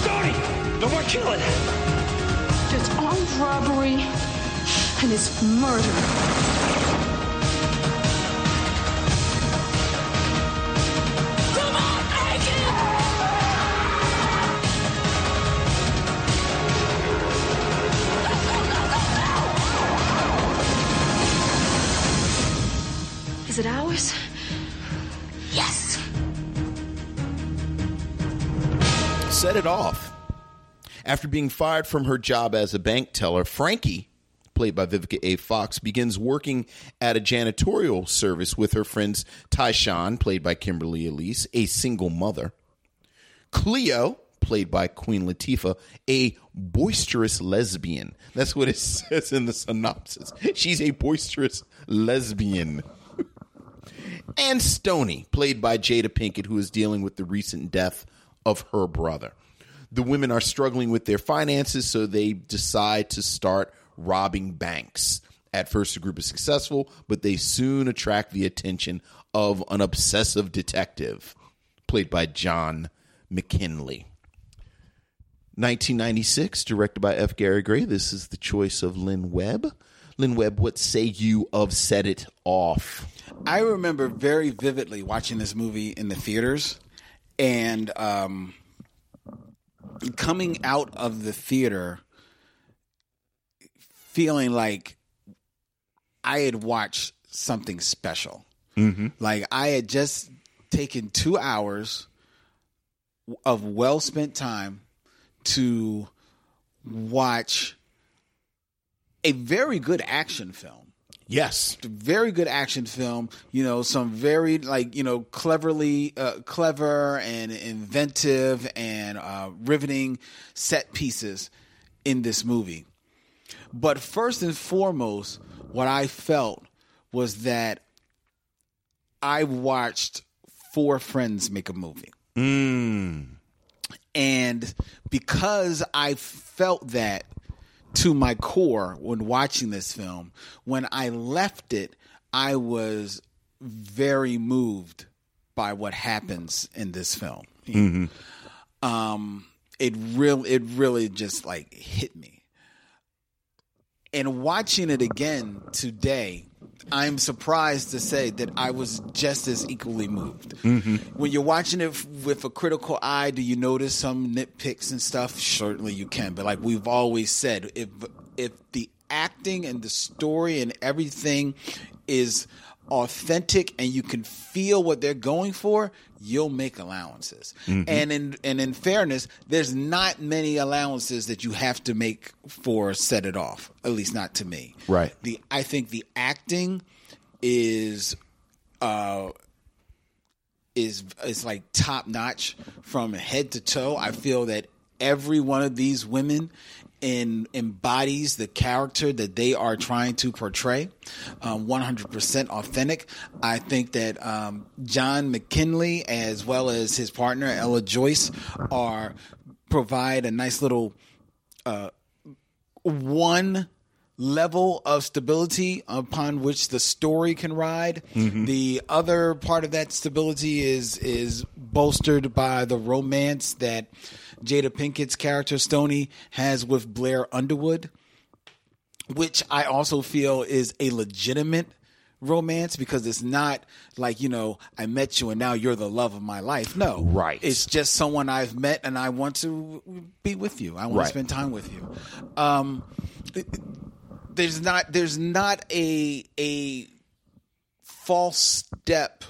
[SPEAKER 12] Stoney! No more killing!
[SPEAKER 7] It's armed robbery and it's murder. Is it ours? Yes!
[SPEAKER 4] set it off. After being fired from her job as a bank teller, Frankie, played by Vivica A. Fox, begins working at a janitorial service with her friends Tyshawn, played by Kimberly Elise, a single mother, Cleo, played by Queen Latifah, a boisterous lesbian. That's what it says in the synopsis. She's a boisterous lesbian and Stony, played by Jada Pinkett, who is dealing with the recent death of her brother. The women are struggling with their finances, so they decide to start robbing banks. At first, the group is successful, but they soon attract the attention of an obsessive detective, played by John McKinley. 1996, directed by F. Gary Gray. This is the choice of Lynn Webb. Lynn Webb, what say you of Set It Off?
[SPEAKER 5] I remember very vividly watching this movie in the theaters and um, coming out of the theater feeling like I had watched something special. Like I had just taken two hours of well spent time to watch a very good action film
[SPEAKER 4] Yes.
[SPEAKER 5] very good action film. You know, some very like you know cleverly uh, clever and inventive and uh, riveting set pieces in this movie. But first and foremost, what I felt was that I watched four friends make a movie. And because I felt that to my core when watching this film, when I left it, I was very moved by what happens in this film. Um, it real it really just like hit me. And watching it again today, I'm surprised to say that I was just as equally moved. When you're watching it f- with a critical eye, do you notice some nitpicks and stuff? Certainly you can, but like we've always said, if if the acting and the story and everything is authentic and you can feel what they're going for, you'll make allowances. And in and in fairness, there's not many allowances that you have to make for set it off. At least not to me.
[SPEAKER 4] Right.
[SPEAKER 5] The I think the acting is uh is is like top notch from head to toe. I feel that every one of these women in, embodies the character that they are trying to portray, um, 100% authentic. I think that um, John McKinley, as well as his partner Ella Joyce, are provide a nice little one level of stability upon which the story can ride. The other part of that stability is is bolstered by the romance that Jada Pinkett's character Stony has with Blair Underwood, which I also feel is a legitimate romance because it's not like you know I met you and now you're the love of my life. No,
[SPEAKER 4] Right.
[SPEAKER 5] It's just someone I've met and I want to be with you. I want
[SPEAKER 4] Right.
[SPEAKER 5] to spend time with you. Um, there's not there's not a a false step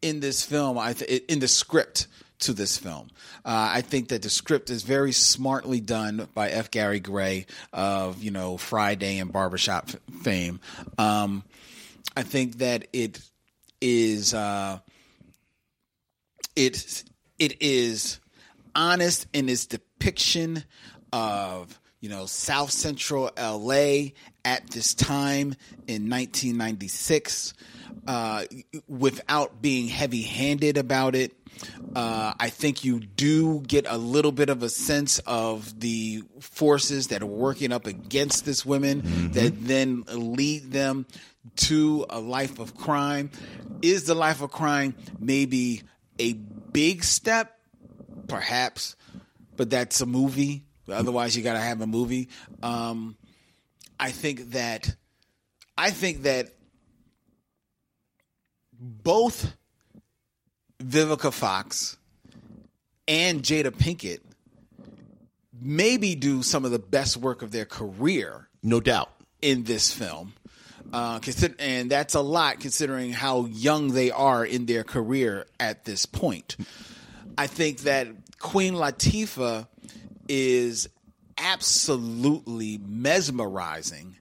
[SPEAKER 5] in this film. I th- in the script to this film. Uh, I think that the script is very smartly done by F. Gary Gray of you know Friday and Barbershop f- fame. Um, I think that it is uh, it it is honest in its depiction of you know South Central LA at this time in 1996 uh, without being heavy handed about it. Uh, I think you do get a little bit of a sense of the forces that are working up against this women that then lead them to a life of crime. Is the life of crime maybe a big step? Perhaps, but that's a movie. Otherwise, you got to have a movie. Um, I think that I think that both Vivica Fox and Jada Pinkett maybe do some of the best work of their career,
[SPEAKER 4] no doubt,
[SPEAKER 5] in this film. Uh, consider- and that's a lot considering how young they are in their career at this point. I think that Queen Latifah is absolutely mesmerizing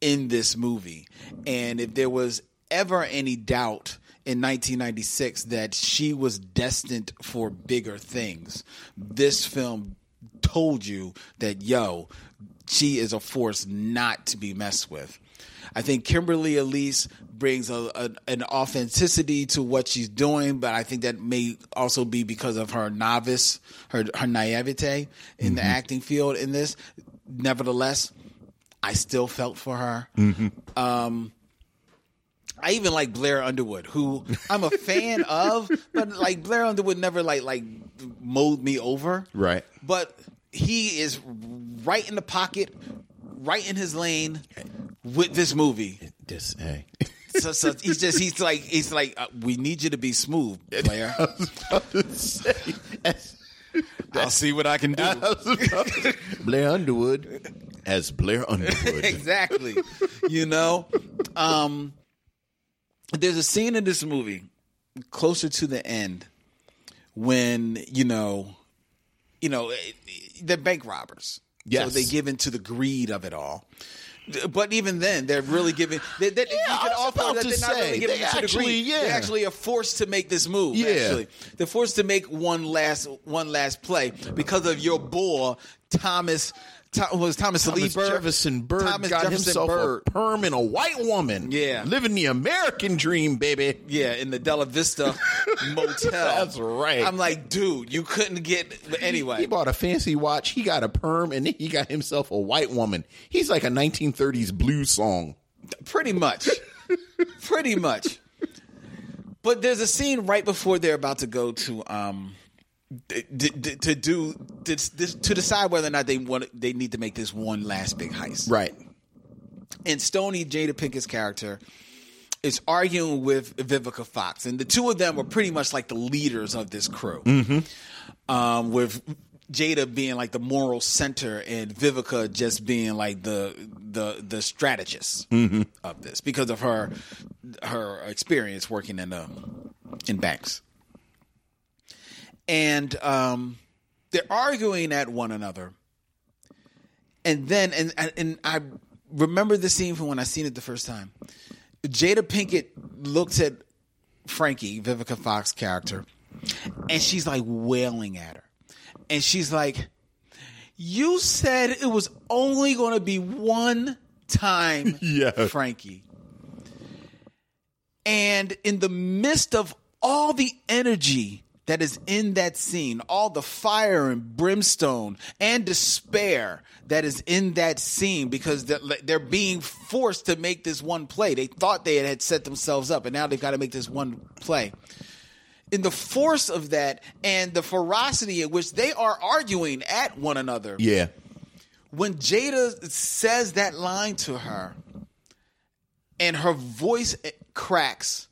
[SPEAKER 5] in this movie. And if there was ever any doubt in 1996 that she was destined for bigger things, this film told you that, yo, she is a force not to be messed with. I think Kimberly Elise brings a, a, an authenticity to what she's doing, but I think that may also be because of her novice, her her naivete in the acting field in this. Nevertheless, I still felt for her. Um, I even like Blair Underwood, who I'm a fan of, but like Blair Underwood never like like mowed me over.
[SPEAKER 4] Right.
[SPEAKER 5] But he is right in the pocket, right in his lane with this movie.
[SPEAKER 4] This, hey.
[SPEAKER 5] So, so he's just he's like he's like uh, we need you to be smooth, Blair. I'll see what I can do.
[SPEAKER 4] Blair Underwood as Blair Underwood.
[SPEAKER 5] exactly. You know, um, there's a scene in this movie closer to the end when you know, you know, eh, eh, they're bank robbers.
[SPEAKER 4] Yes.
[SPEAKER 5] So they give into the greed of it all. But even then, they're really giving. They, they, you
[SPEAKER 4] I
[SPEAKER 5] can
[SPEAKER 4] was
[SPEAKER 5] all tell that
[SPEAKER 4] about to
[SPEAKER 5] they're not
[SPEAKER 4] say,
[SPEAKER 5] really giving
[SPEAKER 4] they
[SPEAKER 5] into the
[SPEAKER 4] actually-
[SPEAKER 5] greed.
[SPEAKER 4] yeah.
[SPEAKER 5] They're actually are forced to make this move.
[SPEAKER 4] Yeah.
[SPEAKER 5] Actually, they're forced to make one last one last play because of your boy Thomas. Tho- was Thomas, Lee
[SPEAKER 4] Thomas
[SPEAKER 5] Bird?
[SPEAKER 4] Jefferson Bird
[SPEAKER 5] Thomas
[SPEAKER 4] got
[SPEAKER 5] Jefferson
[SPEAKER 4] himself
[SPEAKER 5] Byrd.
[SPEAKER 4] a perm and a white woman.
[SPEAKER 5] Yeah.
[SPEAKER 4] living the American dream, baby.
[SPEAKER 5] Yeah, in the Della Vista motel.
[SPEAKER 4] That's right.
[SPEAKER 5] I'm like, dude, you couldn't get but anyway.
[SPEAKER 4] He bought a fancy watch. He got a perm, and then he got himself a white woman. He's like a 1930s blues song.
[SPEAKER 5] pretty much pretty much but there's a scene right before they're about to go to um d- d- d- to do to, to decide whether or not they want they need to make this one last big heist
[SPEAKER 4] Right.
[SPEAKER 5] and Stony Jada Pinkett's character is arguing with Vivica Fox, and the two of them are pretty much like the leaders of this crew. Um, with Jada being like the moral center, and Vivica just being like the the the strategist of this because of her her experience working in um in banks. And um, they're arguing at one another and then and and- and I remember the scene from when I seen it the first time. Jada Pinkett looks at Frankie, Vivica Fox character, and she's like wailing at her. And she's like, You said it was only gonna be one time,
[SPEAKER 4] Yeah.
[SPEAKER 5] Frankie. And in the midst of all the energy that is in that scene, all the fire and brimstone and despair that is in that scene, because they're, they're being forced to make this one play. They thought they had set themselves up, and now they've got to make this one play. In the force of that and the ferocity in which they are arguing at one another,
[SPEAKER 4] Yeah.
[SPEAKER 5] when Jada says that line to her and her voice cracks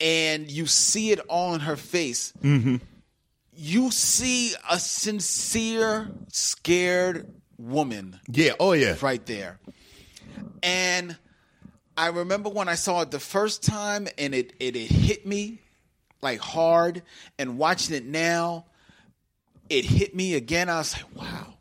[SPEAKER 5] and you see it on her face, you see a sincere, scared woman
[SPEAKER 4] Yeah. Oh, yeah.
[SPEAKER 5] right there. And I remember when I saw it the first time and it it, it hit me like hard and watching it now, it hit me again. I was like, wow,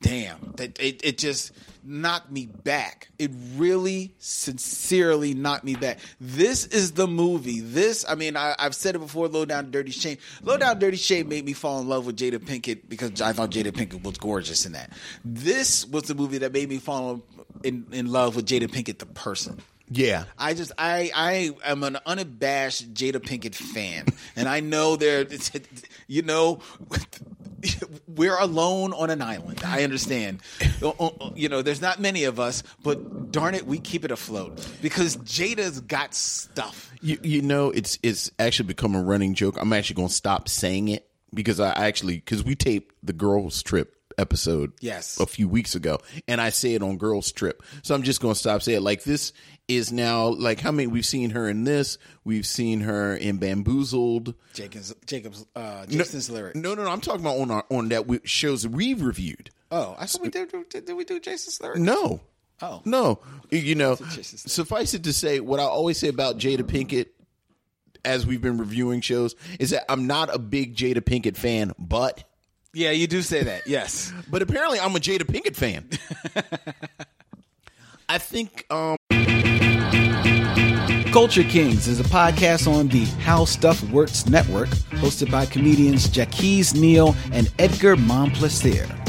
[SPEAKER 5] damn, that it, it just knocked me back. It really, sincerely knocked me back. This is the movie. This, I mean, I, I've said it before. Low down, dirty shame. Low down, dirty shame made me fall in love with Jada Pinkett because I thought Jada Pinkett was gorgeous in that. This was the movie that made me fall in, in love with Jada Pinkett, the person.
[SPEAKER 4] Yeah.
[SPEAKER 5] I just I I am an unabashed Jada Pinkett fan, and I know there, you know, we're alone on an island. I understand. Uh, You know, there's not many of us, but darn it, we keep it afloat because Jada's got stuff.
[SPEAKER 4] You, you know, it's it's actually become a running joke. I'm actually going to stop saying it because I actually because we taped the girls trip episode
[SPEAKER 5] yes
[SPEAKER 4] a few weeks ago and i say it on girls trip so i'm just gonna stop saying it like this is now like how many we've seen her in this we've seen her in bamboozled
[SPEAKER 5] jacob's jacob's uh jason's
[SPEAKER 4] no,
[SPEAKER 5] lyric
[SPEAKER 4] no no no i'm talking about on our on that we, shows we reviewed
[SPEAKER 5] oh i thought we did, did did we do jason's lyric
[SPEAKER 4] no
[SPEAKER 5] oh
[SPEAKER 4] no you know suffice it to say what i always say about jada pinkett as we've been reviewing shows is that i'm not a big jada pinkett fan but
[SPEAKER 5] yeah, you do say that. Yes.
[SPEAKER 4] but apparently I'm a Jada Pinkett fan. I think um
[SPEAKER 5] Culture Kings is a podcast on the How Stuff Works Network, hosted by comedians Jackie's Neal and Edgar Monplaisir.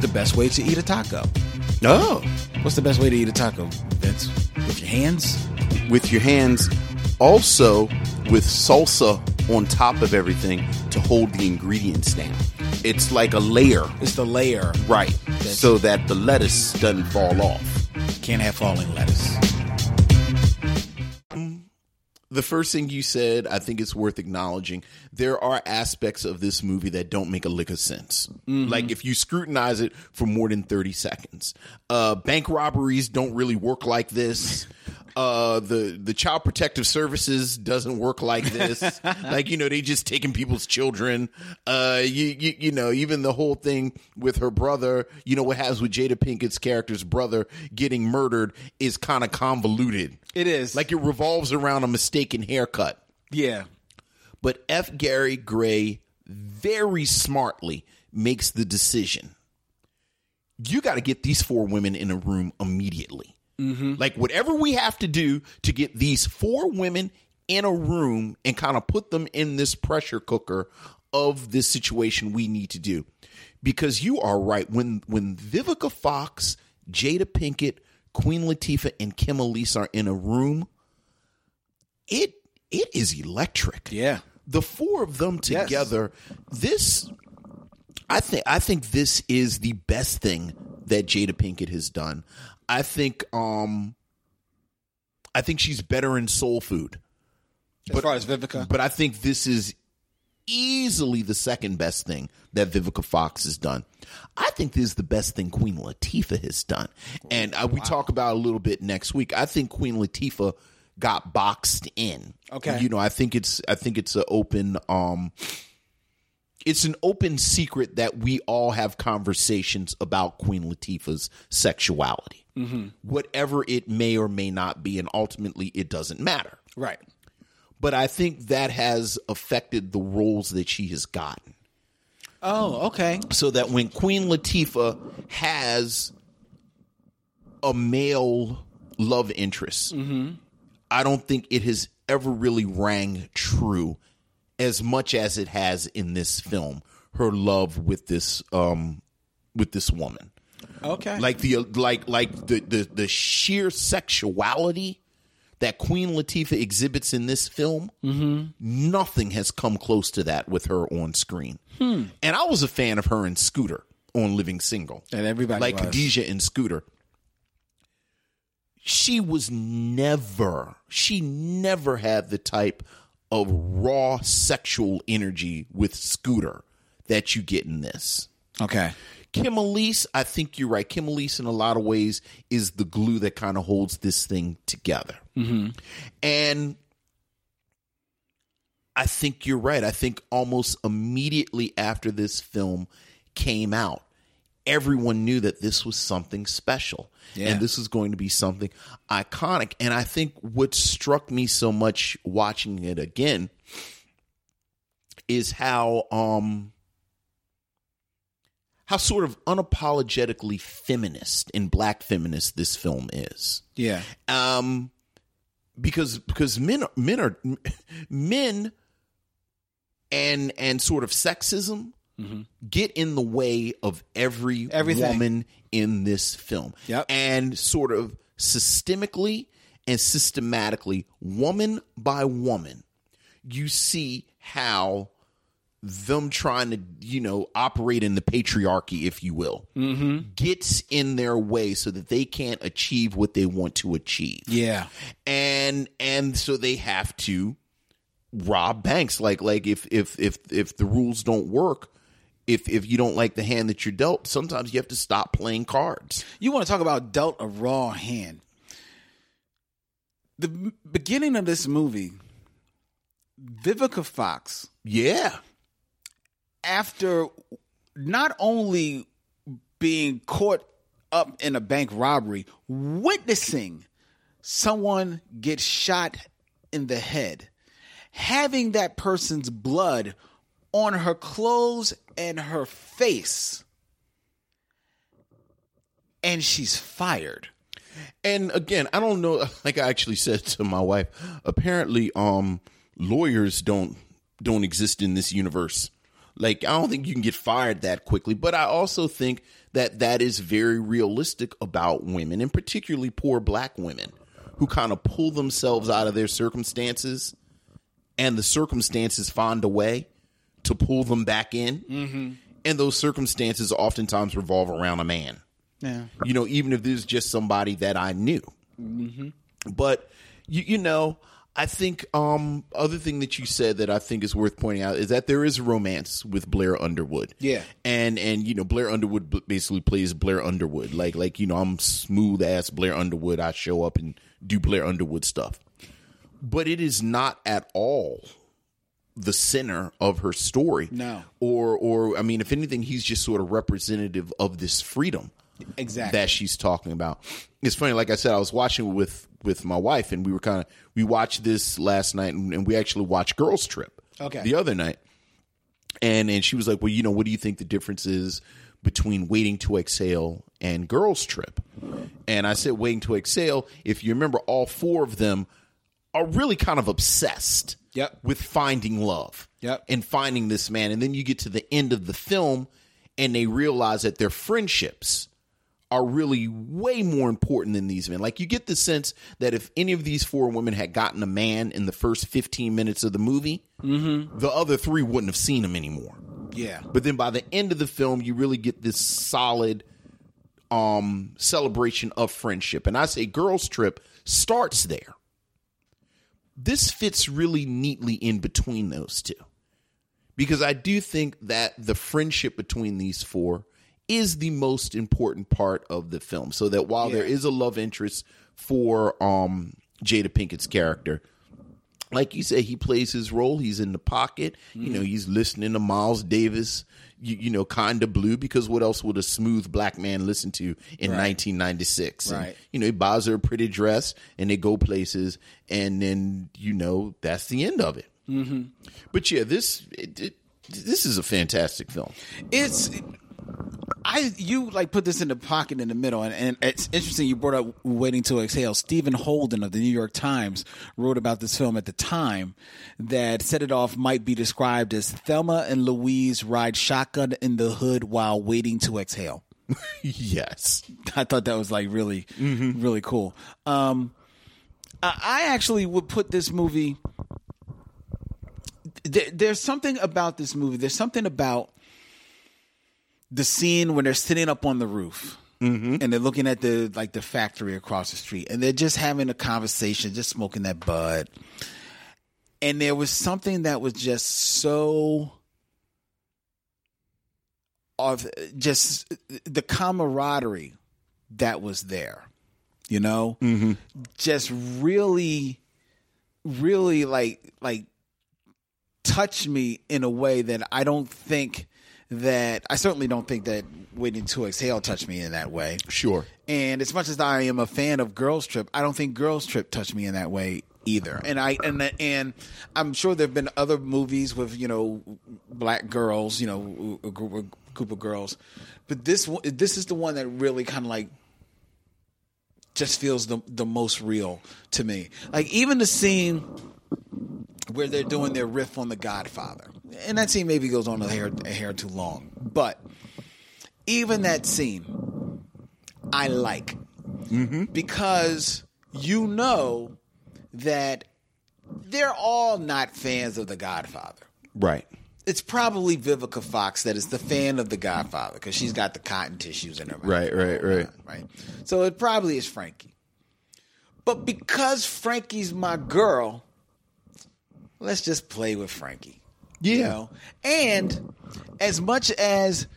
[SPEAKER 5] the best way to eat a taco.
[SPEAKER 4] No.
[SPEAKER 5] What's the best way to eat a taco, Vince? With your hands?
[SPEAKER 4] With your hands. Also with salsa on top of everything to hold the ingredients down. It's like a layer.
[SPEAKER 5] It's the layer.
[SPEAKER 4] Right. That's so that the lettuce doesn't fall off.
[SPEAKER 5] Can't have falling lettuce.
[SPEAKER 4] The first thing you said, I think it's worth acknowledging. There are aspects of this movie that don't make a lick of sense.
[SPEAKER 5] Mhm.
[SPEAKER 4] Like if you scrutinize it for more than 30 seconds. Uh, bank robberies don't really work like this. Uh, the the child protective services doesn't work like this. like you know, they just taking people's children. Uh, you, you you know, even the whole thing with her brother. You know what happens with Jada Pinkett's character's brother getting murdered is kind of convoluted.
[SPEAKER 5] It is
[SPEAKER 4] like it revolves around a mistaken haircut.
[SPEAKER 5] Yeah,
[SPEAKER 4] but F. Gary Gray very smartly makes the decision. You got to get these four women in a room immediately. Like whatever we have to do to get these four women in a room and kind of put them in this pressure cooker of this situation we need to do. Because you are right when when Vivica Fox, Jada Pinkett, Queen Latifah and Kim Elise are in a room, it it is electric.
[SPEAKER 5] Yeah.
[SPEAKER 4] The four of them
[SPEAKER 5] Yes.
[SPEAKER 4] together, this I think I think this is the best thing that Jada Pinkett has done. I think um I think she's better in soul food.
[SPEAKER 5] As far as Vivica?
[SPEAKER 4] But I think this is easily the second best thing that Vivica Fox has done. I think this is the best thing Queen Latifah has done. And uh, we talk about it a little bit next week. I think Queen Latifah got boxed in.
[SPEAKER 5] Okay.
[SPEAKER 4] You know, I think it's I think it's an open um it's an open secret that we all have conversations about Queen Latifah's sexuality.
[SPEAKER 5] Mhm.
[SPEAKER 4] Whatever it may or may not be and ultimately it doesn't matter
[SPEAKER 5] Right.
[SPEAKER 4] but I think that has affected the roles that she has gotten.
[SPEAKER 5] Oh, okay.
[SPEAKER 4] So that when Queen Latifah has a male love interest, I don't think it has ever really rang true as much as it has in this film. Her love with this um with this woman,
[SPEAKER 5] Okay.
[SPEAKER 4] like the like like the the, the sheer sexuality that Queen Latifah exhibits in this film.
[SPEAKER 5] Mm-hmm.
[SPEAKER 4] Nothing has come close to that with her on screen.
[SPEAKER 5] Hmm.
[SPEAKER 4] And I was a fan of her and Scooter on Living Single.
[SPEAKER 5] And everybody
[SPEAKER 4] like
[SPEAKER 5] was.
[SPEAKER 4] Khadijah and Scooter. She was never, she never had the type of raw sexual energy with Scooter that you get in this.
[SPEAKER 5] Okay.
[SPEAKER 4] Kim Elise, I think you're right. Kim Elise, in a lot of ways, is the glue that kind of holds this thing together.
[SPEAKER 5] Mm-hmm.
[SPEAKER 4] And I think you're right. I think almost immediately after this film came out, everyone knew that this was something special
[SPEAKER 5] Yeah.
[SPEAKER 4] and this was going to be something iconic. And I think what struck me so much watching it again is how um how sort of unapologetically feminist and black feminist this film is
[SPEAKER 5] Yeah.
[SPEAKER 4] um because because men are- men are men and and sort of sexism get in the way of every
[SPEAKER 5] Mm-hmm. Everything.
[SPEAKER 4] woman in this film
[SPEAKER 5] Yep.
[SPEAKER 4] and sort of systemically and systematically woman by woman you see how them trying to you know operate in the patriarchy if you will
[SPEAKER 5] Mm-hmm.
[SPEAKER 4] gets in their way so that they can't achieve what they want to achieve
[SPEAKER 5] Yeah.
[SPEAKER 4] and and so they have to rob banks like like if if if if the rules don't work if if you don't like the hand that you're dealt sometimes you have to stop playing cards
[SPEAKER 5] You want to talk about dealt a raw hand. The m- beginning of this movie, Vivica Fox,
[SPEAKER 4] yeah
[SPEAKER 5] after not only being caught up in a bank robbery, witnessing someone get shot in the head, having that person's blood on her clothes and her face, and she's fired.
[SPEAKER 4] and again i don't know like i actually said to my wife apparently um lawyers don't don't exist in this universe like i don't think you can get fired that quickly but i also think that that is very realistic about women and particularly poor black women who kind of pull themselves out of their circumstances and the circumstances find a way to pull them back in
[SPEAKER 5] Mm-hmm.
[SPEAKER 4] and those circumstances oftentimes revolve around a man
[SPEAKER 5] Yeah.
[SPEAKER 4] you know, even if this is just somebody that I knew.
[SPEAKER 5] Mm-hmm.
[SPEAKER 4] But you, you know, I think um other thing that you said that I think is worth pointing out is that there is romance with Blair Underwood.
[SPEAKER 5] Yeah.
[SPEAKER 4] and and you know Blair Underwood b- basically plays Blair Underwood. Like like you know I'm smooth ass Blair Underwood. I show up and do Blair Underwood stuff, but it is not at all the center of her story.
[SPEAKER 5] No.
[SPEAKER 4] or or I mean, if anything, he's just sort of representative of this freedom
[SPEAKER 5] Exactly.
[SPEAKER 4] that she's talking about. It's funny, like I said, I was watching with with my wife, and we were kind of we watched this last night, and, and we actually watched Girls Trip.
[SPEAKER 5] Okay.
[SPEAKER 4] the other night, and and she was like, "Well, you know, what do you think the difference is between waiting to exhale and Girls Trip?" And I said, "Waiting to exhale." If you remember, all four of them are really kind of obsessed
[SPEAKER 5] Yep.
[SPEAKER 4] with finding love
[SPEAKER 5] Yep.
[SPEAKER 4] and finding this man. And then you get to the end of the film and they realize that their friendships are really way more important than these men. Like you get the sense that if any of these four women had gotten a man in the first 15 minutes of the movie, the other three wouldn't have seen him anymore.
[SPEAKER 5] Mm-hmm. yeah.
[SPEAKER 4] But then by the end of the film, you really get this solid um celebration of friendship. And I say Girls Trip starts there. This fits really neatly in between those two. Because I do think that the friendship between these four is the most important part of the film. So that while there is a love interest for um Jada Pinkett's character, like you said, he plays his role. He's in the pocket. You know, he's listening to Miles Davis. You, you know, kinda blue because what else would a smooth black man listen to in 1996? And,
[SPEAKER 5] Right.
[SPEAKER 4] you know, he buys her a pretty dress, and they go places, and then you know that's the end of it. Mm-hmm. But yeah, this it, it, this is a fantastic film.
[SPEAKER 5] it's I you like put this in the pocket in the middle, and, and it's interesting you brought up waiting to exhale. Stephen Holden of the New York Times wrote about this film at the time that set it off might be described as Thelma and Louise ride shotgun in the hood while waiting to exhale.
[SPEAKER 4] yes,
[SPEAKER 5] I thought that was like really, really cool. Um, I I actually would put this movie. There, there's something about this movie. There's something about the scene when they're sitting up on the roof and they're looking at the like the factory across the street, and they're just having a conversation, just smoking that bud. And there was something that was just so of just the camaraderie that was there. You know,
[SPEAKER 4] mm-hmm.
[SPEAKER 5] just really, really like like touched me in a way that I don't think that I certainly don't think that Waiting to Exhale touched me in that way.
[SPEAKER 4] Sure.
[SPEAKER 5] And as much as I am a fan of Girls Trip, I don't think Girls Trip touched me in that way either. And I and and I'm sure there've been other movies with you know black girls, you know, a group, a group of girls, but this one- this is the one that really kind of like just feels the the most real to me. Like even the scene where they're doing their riff on The Godfather, and that scene maybe goes on a hair a hair too long, but even that scene, I like
[SPEAKER 4] Mm-hmm.
[SPEAKER 5] because you know that they're all not fans of The Godfather.
[SPEAKER 4] Right.
[SPEAKER 5] It's probably Vivica Fox that is the fan of The Godfather because she's got the cotton tissues in her mouth. Uh,
[SPEAKER 4] Right, right, right.
[SPEAKER 5] Right. So it probably is Frankie. But because Frankie's my girl, let's just play with Frankie.
[SPEAKER 4] Yeah.
[SPEAKER 5] And as much as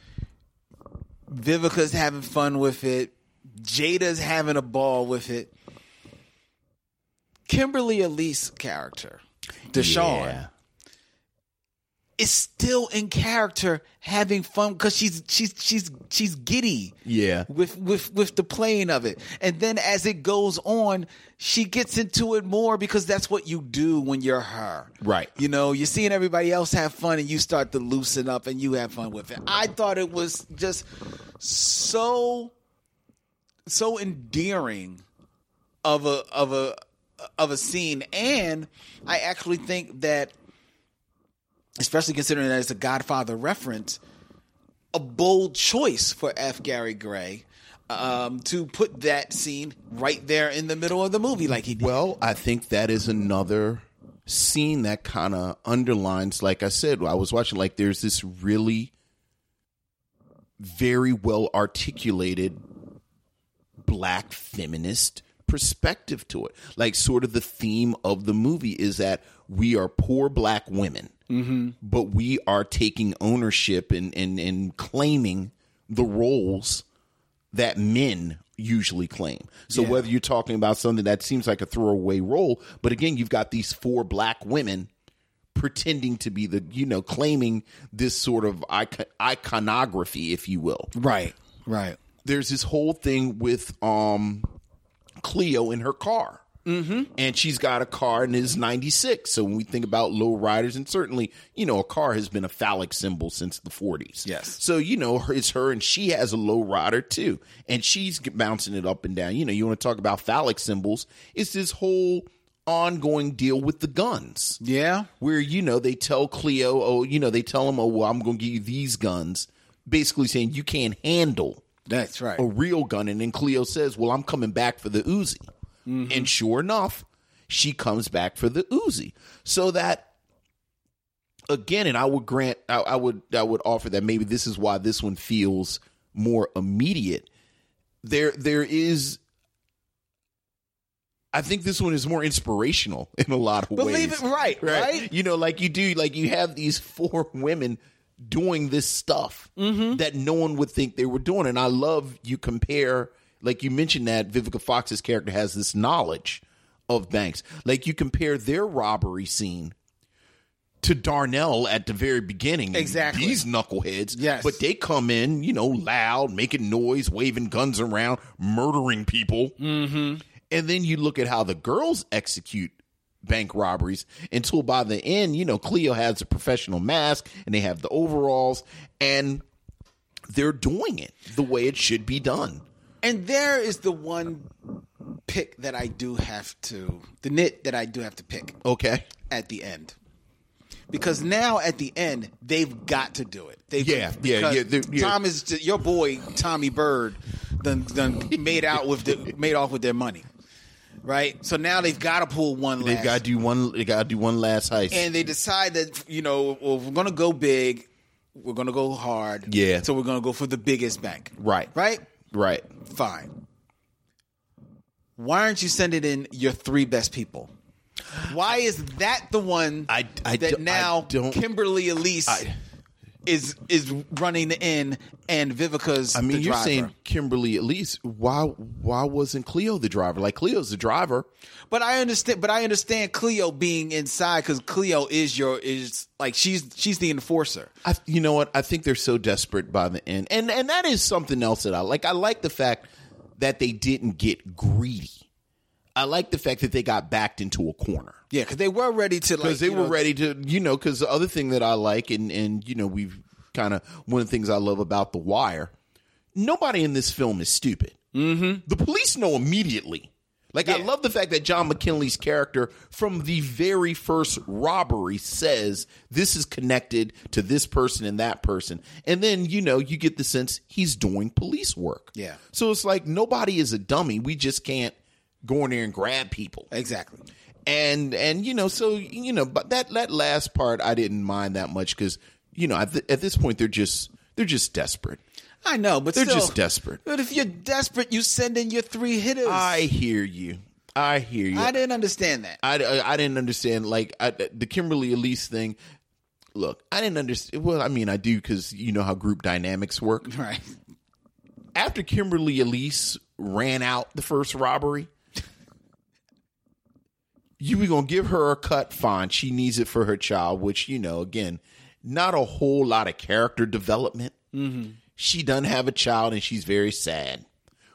[SPEAKER 5] Vivica's having fun with it, Jada's having a ball with it, Kimberly Elise character, Deshaun,
[SPEAKER 4] Yeah.
[SPEAKER 5] is still in character having fun because she's she's she's she's giddy
[SPEAKER 4] Yeah.
[SPEAKER 5] with with with the playing of it and then as it goes on she gets into it more because that's what you do when you're her
[SPEAKER 4] Right.
[SPEAKER 5] you know you're seeing everybody else have fun and you start to loosen up and you have fun with it i thought it was just so so endearing of a of a of a scene and i actually think that especially considering that it's a godfather reference a bold choice for F. Gary Gray um, to put that scene right there in the middle of the movie, like he did.
[SPEAKER 4] Well, I think that is another scene that kind of underlines, like I said, I was watching, like, there's this really very well articulated black feminist perspective to it. Like, sort of the theme of the movie is that we are poor black women, but we are taking ownership and, and, and claiming the roles that men usually claim. So whether you're talking about something that seems like a throwaway role, but again, you've got these four black women pretending to be the, you know, claiming this sort of icon- iconography, if you will.
[SPEAKER 5] right, right.
[SPEAKER 4] There's this whole thing with um Cleo in her car. Mm-hmm. And she's got a car and is 96. So when we think about low riders, and certainly, you know, a car has been a phallic symbol since the 40s.
[SPEAKER 5] Yes.
[SPEAKER 4] So, you know, her- it's her and she has a low rider too. And she's g- bouncing it up and down. You know, you want to talk about phallic symbols. It's this whole ongoing deal with the guns
[SPEAKER 5] Yeah,
[SPEAKER 4] where you know they tell Cleo, oh, you know they tell him, oh, well, I'm going to give you these guns, basically saying you can't handle
[SPEAKER 5] that's right.
[SPEAKER 4] a real gun. And then Cleo says, well, I'm coming back for the Uzi, and sure enough, she comes back for the Uzi. So that again, and I would grant, I, I would, I would offer that maybe this is why this one feels more immediate. There, there is. I think this one is more inspirational in a lot of ways.
[SPEAKER 5] Believe it, right, right?
[SPEAKER 4] You know, like you do, like you have these four women doing this stuff
[SPEAKER 5] Mm-hmm.
[SPEAKER 4] that no one would think they were doing. And I love you compare, like you mentioned that Vivica Fox's character has this knowledge of banks. Like you compare their robbery scene to Darnell at the very beginning.
[SPEAKER 5] Exactly.
[SPEAKER 4] These knuckleheads.
[SPEAKER 5] Yes.
[SPEAKER 4] But they come in, you know, loud, making noise, waving guns around, murdering people. Mm-hmm. And then you look at how the girls execute bank robberies until by the end, you know, Cleo has a professional mask and they have the overalls and they're doing it the way it should be done.
[SPEAKER 5] And there is the one pick that I do have to, the nit that I do have to pick
[SPEAKER 4] Okay.
[SPEAKER 5] at the end. Because now at the end they've got to do it. They've,
[SPEAKER 4] Yeah, yeah,
[SPEAKER 5] because
[SPEAKER 4] yeah, they're- yeah.
[SPEAKER 5] Tom is your boy Tommy Bird, done, done made out with the, made off with their money, right? So now they've got to pull one.
[SPEAKER 4] They've
[SPEAKER 5] last
[SPEAKER 4] got to do one they got to do one last heist.
[SPEAKER 5] and they decide that you know well, we're gonna go big, we're gonna go hard,
[SPEAKER 4] Yeah.
[SPEAKER 5] So we're gonna go for the biggest bank,
[SPEAKER 4] Right.
[SPEAKER 5] Right?
[SPEAKER 4] right.
[SPEAKER 5] Fine. Why aren't you sending in your three best people? Why is that the one
[SPEAKER 4] I- I
[SPEAKER 5] that
[SPEAKER 4] don't- I
[SPEAKER 5] now
[SPEAKER 4] don't-
[SPEAKER 5] Kimberly Elise
[SPEAKER 4] I-
[SPEAKER 5] is is running in, and Vivica's.
[SPEAKER 4] I
[SPEAKER 5] the
[SPEAKER 4] mean, you're
[SPEAKER 5] driver.
[SPEAKER 4] saying Kimberly at least. Why why wasn't Cleo the driver? Like Cleo's the driver.
[SPEAKER 5] But I understand. But I understand Cleo being inside because Cleo is your is like she's she's the enforcer.
[SPEAKER 4] I, you know what? I think they're so desperate by the end, and and that is something else that I like. I like the fact that they didn't get greedy. I like the fact that they got backed into a corner.
[SPEAKER 5] Yeah, because they were ready to. like,
[SPEAKER 4] because they
[SPEAKER 5] you
[SPEAKER 4] were
[SPEAKER 5] know,
[SPEAKER 4] ready to you know because the other thing that i like and and you know we've kind of one of the things i love about the wire nobody in this film is stupid mm-hmm. the police know immediately like i love the fact that john mckinley's character from the very first robbery says this is connected to this person and that person and then you know you get the sense he's doing police work
[SPEAKER 5] Yeah.
[SPEAKER 4] so it's like nobody is a dummy we just can't go in there and grab people
[SPEAKER 5] exactly
[SPEAKER 4] and and you know so you know but that that last part i didn't mind that much because you know at, th- at this point they're just they're just desperate
[SPEAKER 5] I know, but
[SPEAKER 4] they're
[SPEAKER 5] still-
[SPEAKER 4] just desperate
[SPEAKER 5] But if you're desperate, you send in your three hitters.
[SPEAKER 4] i hear you i hear you
[SPEAKER 5] I didn't understand that.
[SPEAKER 4] I, I, I didn't understand like I, the Kimberly Elise thing. Look, I didn't understand. Well, I mean, I do because you know how group dynamics work.
[SPEAKER 5] Right.
[SPEAKER 4] After Kimberly Elise ran out the first robbery, you were gonna give her a cut. Fine, she needs it for her child, which you know, again, not a whole lot of character development. Mm-hmm. She doesn't have a child, and she's very sad.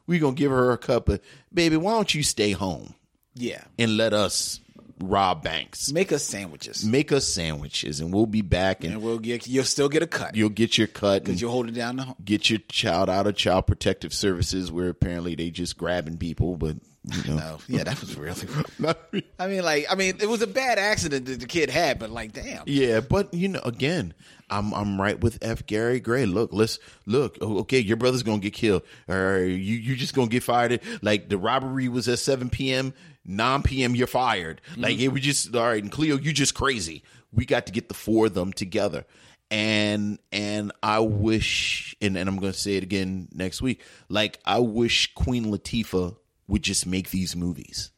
[SPEAKER 4] We're gonna give her a cut, but baby, why don't you stay home?
[SPEAKER 5] Yeah.
[SPEAKER 4] and let us rob banks.
[SPEAKER 5] Make us sandwiches.
[SPEAKER 4] Make us sandwiches, and we'll be back, and,
[SPEAKER 5] And we'll get you'll still get a cut
[SPEAKER 4] you'll get your cut, and
[SPEAKER 5] because you're holding down the home.
[SPEAKER 4] get your child out of child protective services, where apparently they just grabbing people. But you know,
[SPEAKER 5] No, yeah, that was really. I mean, like, I mean, it was a bad accident that the kid had, but like, damn,
[SPEAKER 4] yeah, but you know, again, I'm I'm right with F. Gary Gray. Look, let's look. Oh, okay, your brother's gonna get killed, or you you just gonna get fired. Like the robbery was at 7 p.m., 9 p.m. You're fired. Like it was just all right. And Cleo, you just crazy. We got to get the four of them together. and and I wish and, and I'm gonna say it again next week. Like I wish Queen Latifah would just make these movies.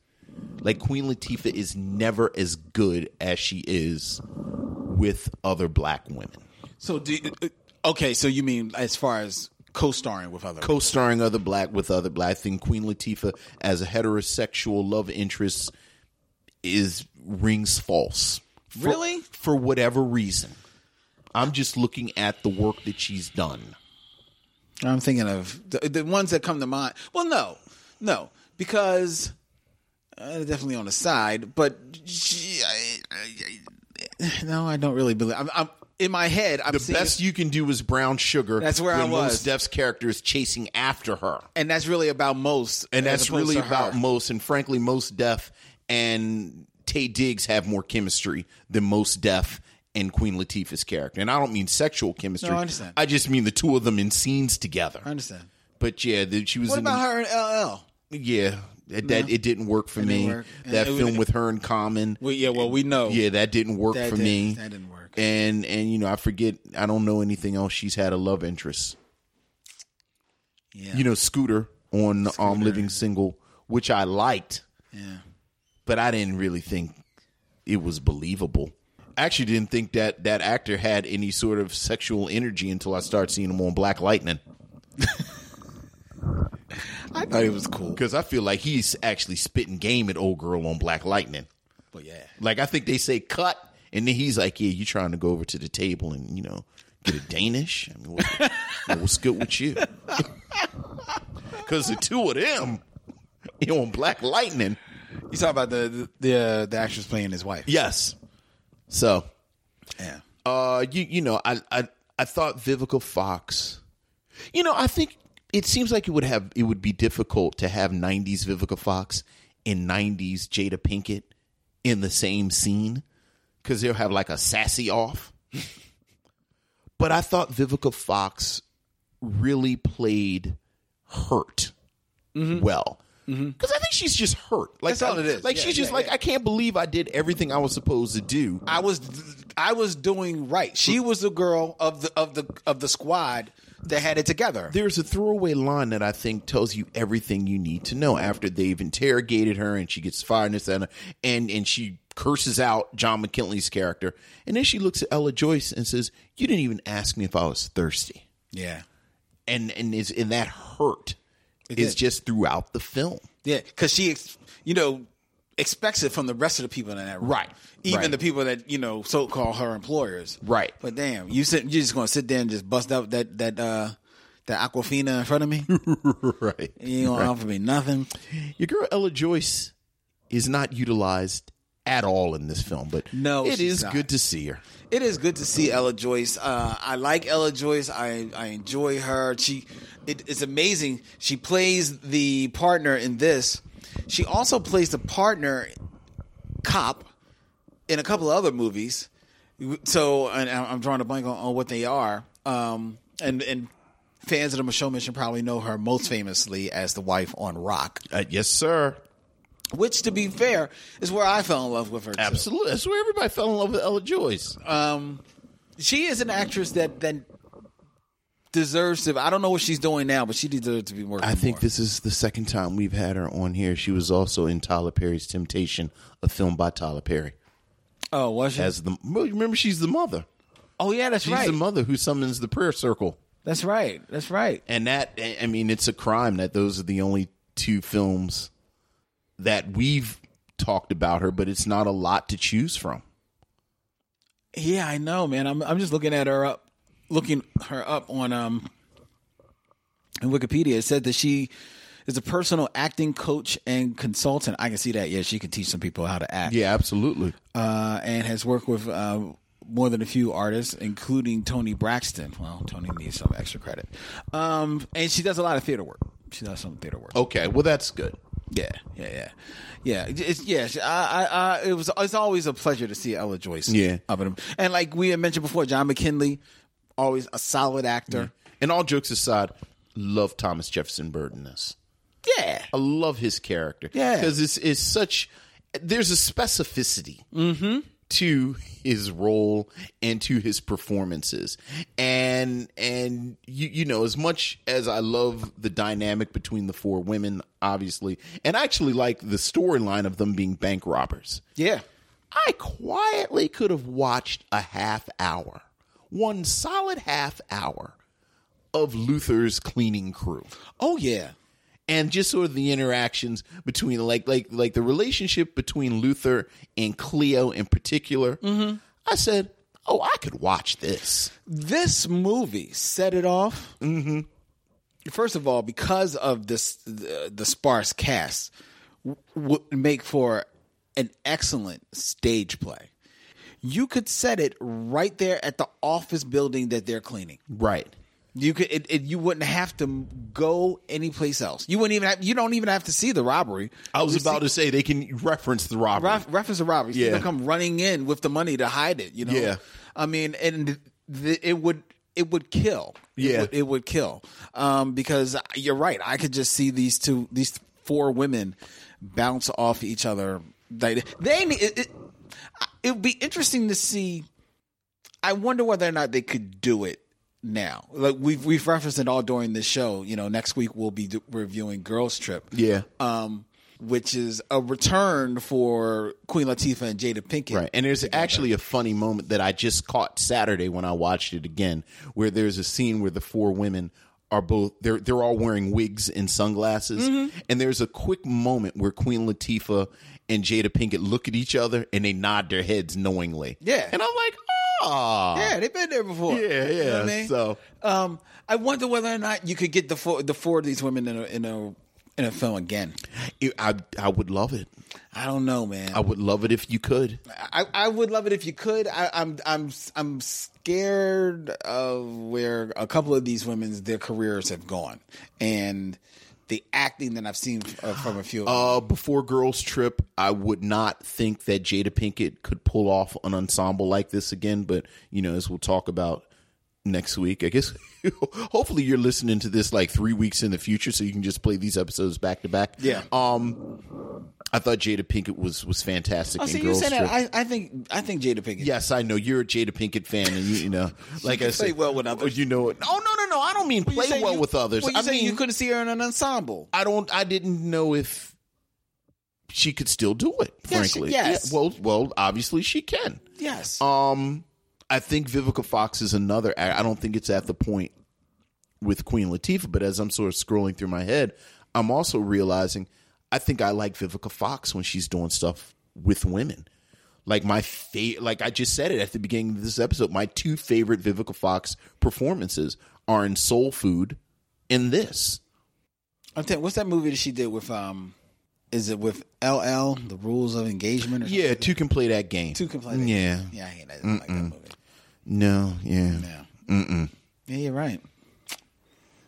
[SPEAKER 4] Like Queen Latifah is never as good as she is with other black women.
[SPEAKER 5] So, do uh, okay. So you mean as far as co-starring with other?
[SPEAKER 4] Co-starring other black with other black. I think Queen Latifah as a heterosexual love interest is rings false. For-
[SPEAKER 5] Really?
[SPEAKER 4] For whatever reason. I'm just looking at the work that she's done.
[SPEAKER 5] I'm thinking of the, the ones that come to mind. Well, no, no, because uh, definitely on the side, but she, I, I, I- no, I don't really believe. I'm, I'm in my head. I'm
[SPEAKER 4] the
[SPEAKER 5] seeing-
[SPEAKER 4] best you can do is brown sugar.
[SPEAKER 5] That's where I
[SPEAKER 4] when
[SPEAKER 5] was.
[SPEAKER 4] Mos Def's character is chasing after her,
[SPEAKER 5] and that's really about most,
[SPEAKER 4] and
[SPEAKER 5] as
[SPEAKER 4] that's
[SPEAKER 5] opposed
[SPEAKER 4] really
[SPEAKER 5] to her.
[SPEAKER 4] about most. And frankly, most Def and Tay Diggs have more chemistry than most Def and Queen Latifah's character. And I don't mean sexual chemistry.
[SPEAKER 5] No, I understand.
[SPEAKER 4] I just mean the two of them in scenes together.
[SPEAKER 5] I understand.
[SPEAKER 4] But yeah, the, she was
[SPEAKER 5] What
[SPEAKER 4] in
[SPEAKER 5] about
[SPEAKER 4] the,
[SPEAKER 5] her and LL?
[SPEAKER 4] Yeah, that, that it didn't work for me.
[SPEAKER 5] didn't work. And
[SPEAKER 4] That
[SPEAKER 5] it was-
[SPEAKER 4] film with her in common.
[SPEAKER 5] Well, yeah, well, we know.
[SPEAKER 4] Yeah, that didn't work
[SPEAKER 5] That
[SPEAKER 4] for
[SPEAKER 5] didn't-
[SPEAKER 4] me.
[SPEAKER 5] that didn't work.
[SPEAKER 4] And and you know, I forget. I don't know anything else. She's had a love interest.
[SPEAKER 5] Yeah.
[SPEAKER 4] You know, Scooter on um, Living Single, which I liked,
[SPEAKER 5] Yeah.
[SPEAKER 4] but I didn't really think it was believable. I actually didn't think that that actor had any sort of sexual energy until I started seeing him on Black Lightning.
[SPEAKER 5] I thought it was cool.
[SPEAKER 4] Because I feel like he's actually spitting game at old girl on Black Lightning.
[SPEAKER 5] But yeah.
[SPEAKER 4] Like I think they say cut, and then he's like, "Yeah, you trying to go over to the table and you know get a Danish? I mean, what, what's good with you?" Because the two of them, you know, on Black Lightning,
[SPEAKER 5] You talk about the the uh, the actress playing his wife.
[SPEAKER 4] yes. So,
[SPEAKER 5] Yeah.
[SPEAKER 4] uh, you you know, I I I thought Vivica Fox. You know, I think it seems like it would have it would be difficult to have '90s Vivica Fox and '90s Jada Pinkett in the same scene because they'll have like a sassy off. but I thought Vivica Fox really played hurt well. Because I think she's just hurt. Like
[SPEAKER 5] Mm-hmm. That's all
[SPEAKER 4] I-
[SPEAKER 5] it is.
[SPEAKER 4] Like
[SPEAKER 5] Yeah,
[SPEAKER 4] she's just
[SPEAKER 5] yeah,
[SPEAKER 4] like,
[SPEAKER 5] yeah.
[SPEAKER 4] I can't believe I did everything I was supposed to do.
[SPEAKER 5] I was I was doing right. She was the girl of the of the of the squad They had it together.
[SPEAKER 4] There's a throwaway line that I think tells you everything you need to know after they've interrogated her and she gets fired and this, that, and and she curses out John McKinley's character. And then she looks at Ella Joyce and says, You didn't even ask me if I was thirsty.
[SPEAKER 5] Yeah.
[SPEAKER 4] And and is and that hurt
[SPEAKER 5] It
[SPEAKER 4] is
[SPEAKER 5] did.
[SPEAKER 4] just throughout the film.
[SPEAKER 5] Yeah, because she, ex- you know, expects it from the rest of the people in that room.
[SPEAKER 4] Right,
[SPEAKER 5] Even
[SPEAKER 4] right.
[SPEAKER 5] the people that you know so call her employers.
[SPEAKER 4] Right.
[SPEAKER 5] But damn, you sit, you're just gonna sit there and just bust out that that uh that Aquafina in front of me.
[SPEAKER 4] right.
[SPEAKER 5] You don't offer me nothing.
[SPEAKER 4] Your girl Ella Joyce is not utilized at all in this film, but
[SPEAKER 5] No,
[SPEAKER 4] it
[SPEAKER 5] she's
[SPEAKER 4] is
[SPEAKER 5] not.
[SPEAKER 4] good to see her.
[SPEAKER 5] It is good to see Ella Joyce. Uh, I like Ella Joyce. I, I enjoy her. She it, it's amazing. She plays the partner in this. She also plays the partner cop in a couple of other movies. So and I'm I'm drawing a blank on, on what they are. Um, and and fans of the Michelle Mission probably know her most famously as the wife on Rock,
[SPEAKER 4] Uh, yes, sir.
[SPEAKER 5] which to be fair is where I fell in love with her. too.
[SPEAKER 4] Absolutely. That's where everybody fell in love with Ella Joyce.
[SPEAKER 5] um, she is an actress that that deserves to. I don't know what she's doing now, but she deserves to be working.
[SPEAKER 4] I think
[SPEAKER 5] more.
[SPEAKER 4] this is the second time we've had her on here. She was also in Tyler Perry's Temptation, a film by Tyler Perry.
[SPEAKER 5] Oh, was she?
[SPEAKER 4] As the well, remember, she's the mother.
[SPEAKER 5] oh yeah, that's
[SPEAKER 4] She's
[SPEAKER 5] right.
[SPEAKER 4] the mother who summons the prayer circle,
[SPEAKER 5] that's right. That's right.
[SPEAKER 4] and that I I mean, it's a crime that those are the only two films that we've talked about her. But it's not a lot to choose from.
[SPEAKER 5] Yeah, I know, man. I'm I'm just looking at her up, looking her up on um, in Wikipedia. It said that she is a personal acting coach and consultant. I can see that. Yeah, she can teach some people how to act.
[SPEAKER 4] Yeah, absolutely.
[SPEAKER 5] uh, and has worked with uh, more than a few artists, including Tony Braxton. Well, Tony needs some extra credit. Um, and she does a lot of theater work. She does some theater work.
[SPEAKER 4] Okay, well, that's good.
[SPEAKER 5] Yeah, yeah, yeah, yeah. It's, yeah, she- I, I, I, it was. It's always a pleasure to see Ella Joyce.
[SPEAKER 4] Yeah.
[SPEAKER 5] up in, and like we had mentioned before, John McKinley, always a solid actor.
[SPEAKER 4] And all jokes aside, love Thomas Jefferson Bird in this.
[SPEAKER 5] yeah.
[SPEAKER 4] I love his character.
[SPEAKER 5] Yeah.
[SPEAKER 4] Because it's, it's such, there's a specificity
[SPEAKER 5] Mm-hmm.
[SPEAKER 4] to his role and to his performances. And, and you, you know, as much as I love the dynamic between the four women, obviously, and I actually like the storyline of them being bank robbers,
[SPEAKER 5] yeah.
[SPEAKER 4] I quietly could have watched a half hour, one solid half hour of Luther's cleaning crew
[SPEAKER 5] Oh yeah.
[SPEAKER 4] and just sort of the interactions between like like like the relationship between Luther and Cleo in particular. I said, "Oh, I could watch this."
[SPEAKER 5] this movie set it off. Mm-hmm. First of all, because of this, the, the sparse cast w- would make for an excellent stage play. You could set it right there at the office building that they're cleaning.
[SPEAKER 4] Right.
[SPEAKER 5] You could, it, it, you wouldn't have to go anyplace else. You wouldn't even have, you don't even have to see the robbery.
[SPEAKER 4] I was
[SPEAKER 5] You see-
[SPEAKER 4] about to say they can reference the robbery.
[SPEAKER 5] Ref, reference to robbery.
[SPEAKER 4] Yeah.
[SPEAKER 5] People come running in with the money to hide it. You know.
[SPEAKER 4] Yeah.
[SPEAKER 5] I mean, and th- it would it would kill.
[SPEAKER 4] Yeah.
[SPEAKER 5] It would, it would kill. Um, because you're right. I could just see these two, these four women, bounce off each other. They, they it, it, it would be interesting to see. I wonder whether or not they could do it now. Like we've we've referenced it all during this show. You know, next week we'll be do- reviewing Girls Trip
[SPEAKER 4] yeah.
[SPEAKER 5] um, which is a return for Queen Latifah and Jada Pinkett.
[SPEAKER 4] Right. And there's actually a funny moment that I just caught Saturday when I watched it again, where there's a scene where the four women are both they're they're all wearing wigs and sunglasses.
[SPEAKER 5] Mm-hmm.
[SPEAKER 4] And there's a quick moment where Queen Latifah and Jada Pinkett look at each other and they nod their heads knowingly.
[SPEAKER 5] Yeah.
[SPEAKER 4] And I'm like, oh
[SPEAKER 5] yeah, they've been there before.
[SPEAKER 4] Yeah,
[SPEAKER 5] You know
[SPEAKER 4] yeah.
[SPEAKER 5] what I mean?
[SPEAKER 4] So
[SPEAKER 5] um, I wonder whether or not you could get the four the four of these women in a in a in a film again.
[SPEAKER 4] it, I I would love it.
[SPEAKER 5] I don't know, man.
[SPEAKER 4] I would love it if you could.
[SPEAKER 5] I, I would love it if you could. I, I'm I'm I'm scared of where a couple of these women's their careers have gone and the acting that I've seen uh, from a few. of them.
[SPEAKER 4] Uh, before Girls Trip, I would not think that Jada Pinkett could pull off an ensemble like this again. But you know, as we'll talk about next week. I guess hopefully you're listening to this like three weeks in the future, so you can just play these episodes back to back.
[SPEAKER 5] Yeah.
[SPEAKER 4] Um, I thought Jada Pinkett was was fantastic.
[SPEAKER 5] Oh,
[SPEAKER 4] in
[SPEAKER 5] see, you
[SPEAKER 4] Girls
[SPEAKER 5] said that.
[SPEAKER 4] Trip.
[SPEAKER 5] I, I think I think Jada Pinkett.
[SPEAKER 4] Yes, I know you're a Jada Pinkett fan, and you, you know, like
[SPEAKER 5] can play
[SPEAKER 4] I said,
[SPEAKER 5] well with others.
[SPEAKER 4] You know it. Oh no, no, no! I don't mean
[SPEAKER 5] you
[SPEAKER 4] play
[SPEAKER 5] say
[SPEAKER 4] well
[SPEAKER 5] you-
[SPEAKER 4] with others.
[SPEAKER 5] well, you
[SPEAKER 4] I
[SPEAKER 5] say
[SPEAKER 4] mean,
[SPEAKER 5] you couldn't see her in an ensemble.
[SPEAKER 4] I don't. I didn't know if she could still do it.
[SPEAKER 5] Yeah, she-
[SPEAKER 4] Frankly,
[SPEAKER 5] yes.
[SPEAKER 4] well, well, obviously she can.
[SPEAKER 5] Yes.
[SPEAKER 4] Um, I think Vivica Fox is another. I I don't think it's at the point with Queen Latifah, but as I'm sort of scrolling through my head, I'm also realizing I think I like Vivica Fox when she's doing stuff with women. Like my favorite, like I just said it at the beginning of this episode, my two favorite Vivica Fox performances are in Soul Food and this.
[SPEAKER 5] I'm telling. What's that movie that she did with? Um, is it with LL? The Rules of Engagement? Or
[SPEAKER 4] Yeah, two can play that game.
[SPEAKER 5] Two can play that
[SPEAKER 4] yeah.
[SPEAKER 5] game. Yeah, I hate that. I don't like that
[SPEAKER 4] Mm-mm.
[SPEAKER 5] movie.
[SPEAKER 4] No, yeah. Mm-mm.
[SPEAKER 5] Yeah, you're right.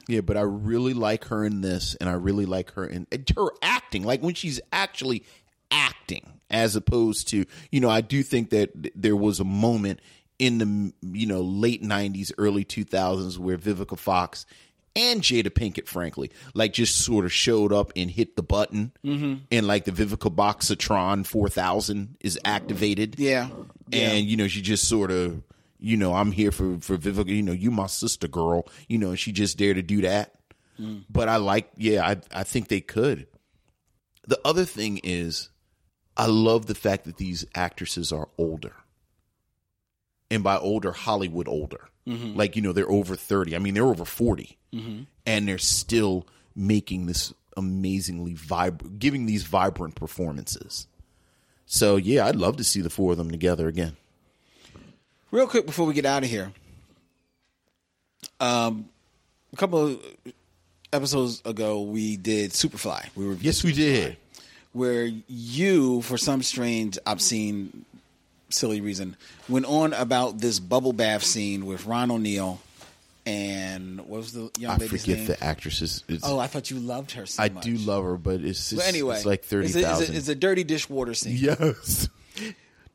[SPEAKER 4] Yeah, but I really like her in this, and I really like her in and her acting, like when she's actually acting, as opposed to you know. I do think that th- there was a moment in the you know late '90s, early 2000s where Vivica Fox and Jada Pinkett, frankly, like just sort of showed up and hit the button,
[SPEAKER 5] Mhm.
[SPEAKER 4] and like the Vivica Boxatron 4000 is activated.
[SPEAKER 5] Yeah. Yeah.
[SPEAKER 4] and you know she just sort of you know i'm here for for vivica you know you my sister girl you know she just there to do that
[SPEAKER 5] Mm.
[SPEAKER 4] but i like yeah i i think they could the other thing is i love the fact that these actresses are older and by older hollywood older
[SPEAKER 5] Mhm.
[SPEAKER 4] like you know they're over 30 i mean they're over 40
[SPEAKER 5] Mhm.
[SPEAKER 4] and they're still making this amazingly vibrant giving these vibrant performances so yeah i'd love to see the four of them together again
[SPEAKER 5] Real quick before we get out of here, um, a couple of episodes ago we did Superfly. We were
[SPEAKER 4] yes we did
[SPEAKER 5] where you, for some strange, obscene, silly reason, went on about this bubble bath scene with Ron O'Neill and what was the young
[SPEAKER 4] I
[SPEAKER 5] lady's
[SPEAKER 4] forget
[SPEAKER 5] name?
[SPEAKER 4] the actresses. It's,
[SPEAKER 5] oh, I thought you loved her. so
[SPEAKER 4] I
[SPEAKER 5] much.
[SPEAKER 4] do love her, but it's,
[SPEAKER 5] Well,
[SPEAKER 4] it's-
[SPEAKER 5] anyway,
[SPEAKER 4] it's like
[SPEAKER 5] it's a-
[SPEAKER 4] thirty
[SPEAKER 5] it's a-
[SPEAKER 4] thousand.
[SPEAKER 5] It's a dirty dishwater scene.
[SPEAKER 4] yes,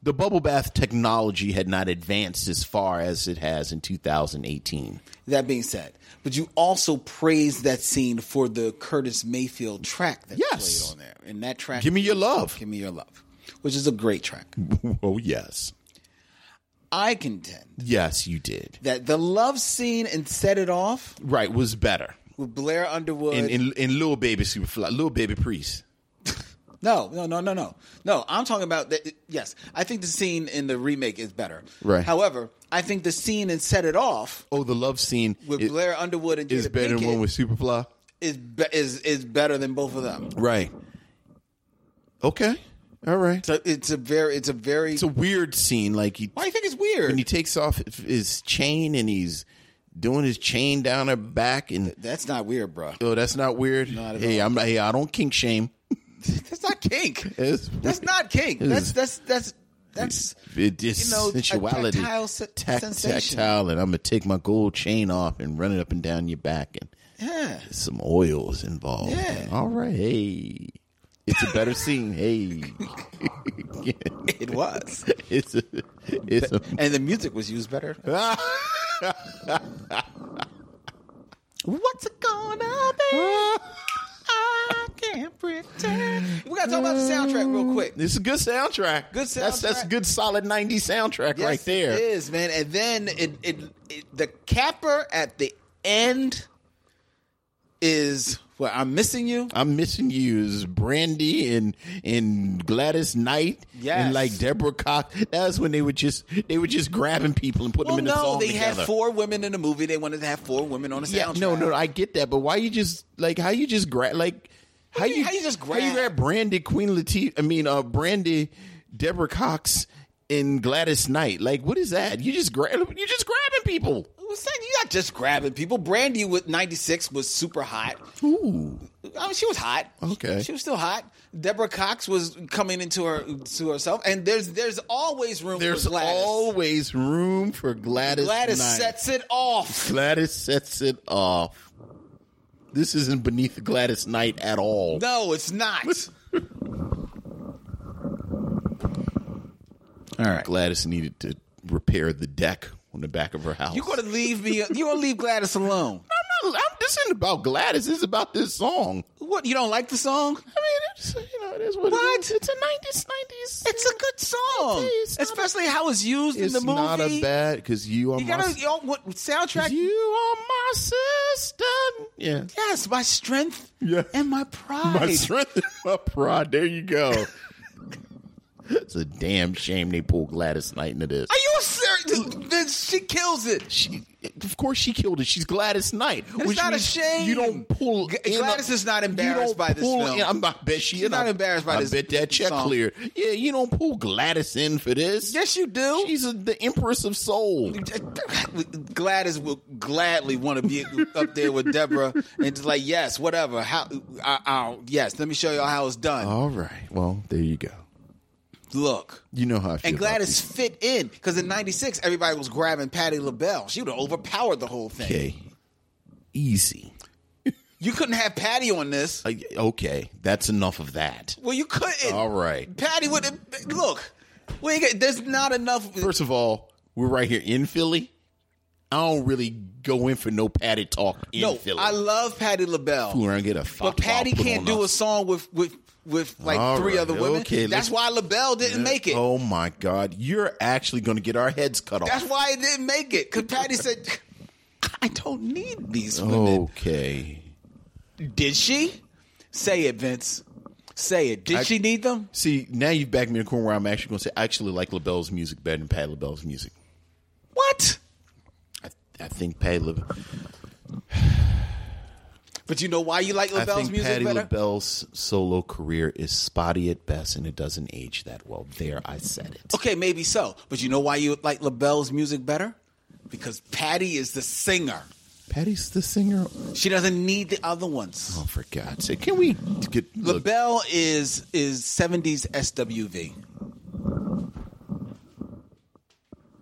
[SPEAKER 4] the bubble bath technology had not advanced as far as it has in 2018.
[SPEAKER 5] That being said, but you also praised that scene for the Curtis Mayfield track that
[SPEAKER 4] Yes.
[SPEAKER 5] played on there, and that track,
[SPEAKER 4] Give me your love.
[SPEAKER 5] Give me your love, which is a great track.
[SPEAKER 4] oh yes,
[SPEAKER 5] I contend
[SPEAKER 4] yes, you did.
[SPEAKER 5] that the love scene and set it off
[SPEAKER 4] Right, was better
[SPEAKER 5] with Blair Underwood.
[SPEAKER 4] in in, in little baby superfly, little baby priest.
[SPEAKER 5] no, no, no, no, no, no. I'm talking about that. Yes, I think the scene in the remake is better.
[SPEAKER 4] Right.
[SPEAKER 5] However, I think the scene and set it off
[SPEAKER 4] Oh, the love scene
[SPEAKER 5] with
[SPEAKER 4] i-
[SPEAKER 5] Blair Underwood and
[SPEAKER 4] is
[SPEAKER 5] Jada
[SPEAKER 4] better than
[SPEAKER 5] Pinkett
[SPEAKER 4] one with superfly.
[SPEAKER 5] is be- is is better than both of them.
[SPEAKER 4] Right. Okay. All right.
[SPEAKER 5] So it's a very it's a very
[SPEAKER 4] It's a weird scene. Like he
[SPEAKER 5] Why do you think it's weird?
[SPEAKER 4] when he takes off his chain and he's doing his chain down her back and
[SPEAKER 5] That's not weird, bro.
[SPEAKER 4] oh that's not weird
[SPEAKER 5] Not at
[SPEAKER 4] hey i'm hey, i don't kink shame
[SPEAKER 5] That's not kink.
[SPEAKER 4] It's-
[SPEAKER 5] That's not kink.
[SPEAKER 4] It
[SPEAKER 5] That's
[SPEAKER 4] is-
[SPEAKER 5] that's that's that's
[SPEAKER 4] it is
[SPEAKER 5] You know, a
[SPEAKER 4] sensuality
[SPEAKER 5] tactile se-
[SPEAKER 4] Tac-
[SPEAKER 5] sensation.
[SPEAKER 4] tactile and i'm gonna take my gold chain off and run it up and down your back and
[SPEAKER 5] yeah.
[SPEAKER 4] some oils involved
[SPEAKER 5] Yeah.
[SPEAKER 4] all right hey it's a better scene hey
[SPEAKER 5] It was,
[SPEAKER 4] it's a, it's a
[SPEAKER 5] and the music was used better. What's it gonna be? I can't pretend. We gotta talk about the soundtrack real quick.
[SPEAKER 4] it's a good soundtrack
[SPEAKER 5] Good
[SPEAKER 4] that's that's
[SPEAKER 5] soundtrack.
[SPEAKER 4] good solid 90 soundtrack
[SPEAKER 5] Yes,
[SPEAKER 4] right there
[SPEAKER 5] it is, man. And then it, it, it the capper at the end is what I'm missing you.
[SPEAKER 4] I'm missing you is Brandy and and Gladys Knight
[SPEAKER 5] Yes.
[SPEAKER 4] and like Deborah Cox. That's when they were just they were just grabbing people and putting
[SPEAKER 5] Well,
[SPEAKER 4] them in the
[SPEAKER 5] no,
[SPEAKER 4] song
[SPEAKER 5] they
[SPEAKER 4] together.
[SPEAKER 5] had four women in the movie. They wanted to have four women on the
[SPEAKER 4] yeah,
[SPEAKER 5] soundtrack.
[SPEAKER 4] no, no, I get that, but why you just like how you just grab like how
[SPEAKER 5] do you
[SPEAKER 4] you,
[SPEAKER 5] mean, how you just
[SPEAKER 4] how you
[SPEAKER 5] grab?
[SPEAKER 4] grab Brandy Queen Latifah? I mean, uh, Brandy, Deborah Cox, and Gladys Knight. Like, what is that? You just grab you just grabbing people.
[SPEAKER 5] Who's saying you're not just grabbing people? Brandy with '96 was super hot.
[SPEAKER 4] Ooh,
[SPEAKER 5] I mean, she was hot.
[SPEAKER 4] Okay.
[SPEAKER 5] she was still hot. Deborah Cox was coming into her to herself, and there's there's always room.
[SPEAKER 4] there's
[SPEAKER 5] for Gladys.
[SPEAKER 4] always room for Gladys.
[SPEAKER 5] Gladys
[SPEAKER 4] Knight.
[SPEAKER 5] sets it off.
[SPEAKER 4] Gladys sets it off. This isn't beneath Gladys Knight at all.
[SPEAKER 5] No, it's not.
[SPEAKER 4] Gladys needed to repair the deck on the back of her house.
[SPEAKER 5] You're going to leave me. You're going to leave Gladys alone.
[SPEAKER 4] I'm not. I'm, this isn't about Gladys. This is about this song.
[SPEAKER 5] What? You don't like the song?
[SPEAKER 4] I mean, it's, you know, it is what,
[SPEAKER 5] What?
[SPEAKER 4] it is. It's a 90s, 90s.
[SPEAKER 5] It's a good song,
[SPEAKER 4] It's not a-
[SPEAKER 5] especially how it's used in
[SPEAKER 4] It's
[SPEAKER 5] the movie.
[SPEAKER 4] not a bad because you are
[SPEAKER 5] you
[SPEAKER 4] my
[SPEAKER 5] gotta you know, what, soundtrack.
[SPEAKER 4] You are my sister. Yeah.
[SPEAKER 5] Yes, my strength
[SPEAKER 4] Yeah.
[SPEAKER 5] and my pride.
[SPEAKER 4] My strength and my pride. There you go. it's a damn shame they pulled Gladys Knight into this.
[SPEAKER 5] Are you serious? Then she kills it.
[SPEAKER 4] She, of course, she killed it. She's Gladys Knight. It's
[SPEAKER 5] not a shame.
[SPEAKER 4] You don't pull.
[SPEAKER 5] G-
[SPEAKER 4] in
[SPEAKER 5] Gladys is not embarrassed
[SPEAKER 4] you don't
[SPEAKER 5] by this
[SPEAKER 4] pull
[SPEAKER 5] film.
[SPEAKER 4] in- I'm not. I bet she
[SPEAKER 5] She's
[SPEAKER 4] is.
[SPEAKER 5] not
[SPEAKER 4] I-
[SPEAKER 5] embarrassed by this-
[SPEAKER 4] I bet that check
[SPEAKER 5] song.
[SPEAKER 4] cleared. Yeah, you don't pull Gladys in for this.
[SPEAKER 5] Yes, you do.
[SPEAKER 4] She's a, the Empress of Soul.
[SPEAKER 5] Gladys will gladly want to be up there with Deborah and just like, yes, whatever. How? I, I, yes, let me show y'all how it's done.
[SPEAKER 4] All right. Well, there you go.
[SPEAKER 5] Look.
[SPEAKER 4] You know how I feel.
[SPEAKER 5] And
[SPEAKER 4] about
[SPEAKER 5] Gladys fit in because in '96 everybody was grabbing Patty LaBelle. She would have overpowered the whole thing.
[SPEAKER 4] these- Okay. Easy.
[SPEAKER 5] You couldn't have Patty on this.
[SPEAKER 4] Uh, Okay. That's enough of that.
[SPEAKER 5] Well, you couldn't.
[SPEAKER 4] All right.
[SPEAKER 5] Patty would have look. We ain't got- there's not enough.
[SPEAKER 4] First of all, we're right here in Philly. I don't really go in for no padded talk in
[SPEAKER 5] no,
[SPEAKER 4] Philly.
[SPEAKER 5] I love Patty LaBelle.
[SPEAKER 4] Fool around, get a
[SPEAKER 5] but
[SPEAKER 4] fatwa
[SPEAKER 5] Patty
[SPEAKER 4] put
[SPEAKER 5] can't
[SPEAKER 4] on
[SPEAKER 5] do a
[SPEAKER 4] us.
[SPEAKER 5] song with with with like
[SPEAKER 4] All
[SPEAKER 5] three
[SPEAKER 4] right,
[SPEAKER 5] other women.
[SPEAKER 4] okay,
[SPEAKER 5] That's
[SPEAKER 4] let's-
[SPEAKER 5] why LaBelle didn't make it.
[SPEAKER 4] Oh my God! You're actually going to get our heads cut off.
[SPEAKER 5] That's why it didn't make it. Because Patty said, "I don't need these
[SPEAKER 4] Oh.
[SPEAKER 5] women."
[SPEAKER 4] okay.
[SPEAKER 5] Did she? Say it, Vince. Say it. Did
[SPEAKER 4] I-
[SPEAKER 5] she need them?
[SPEAKER 4] See, now you've backed me in a corner where I'm actually going to say I actually like LaBelle's music better than Patty LaBelle's music.
[SPEAKER 5] What?
[SPEAKER 4] I, I think Patty La-
[SPEAKER 5] But you know why you like
[SPEAKER 4] I
[SPEAKER 5] LaBelle's
[SPEAKER 4] think
[SPEAKER 5] music
[SPEAKER 4] Patty
[SPEAKER 5] better?
[SPEAKER 4] LaBelle's solo career is spotty at best, and it doesn't age that well. There, I said it.
[SPEAKER 5] Okay, maybe so. But you know why you like LaBelle's music better? Because Patty is the singer.
[SPEAKER 4] Patty's the singer.
[SPEAKER 5] She doesn't need the other ones.
[SPEAKER 4] Oh, for God's sake! Can we get look,
[SPEAKER 5] LaBelle is is seventies SWV.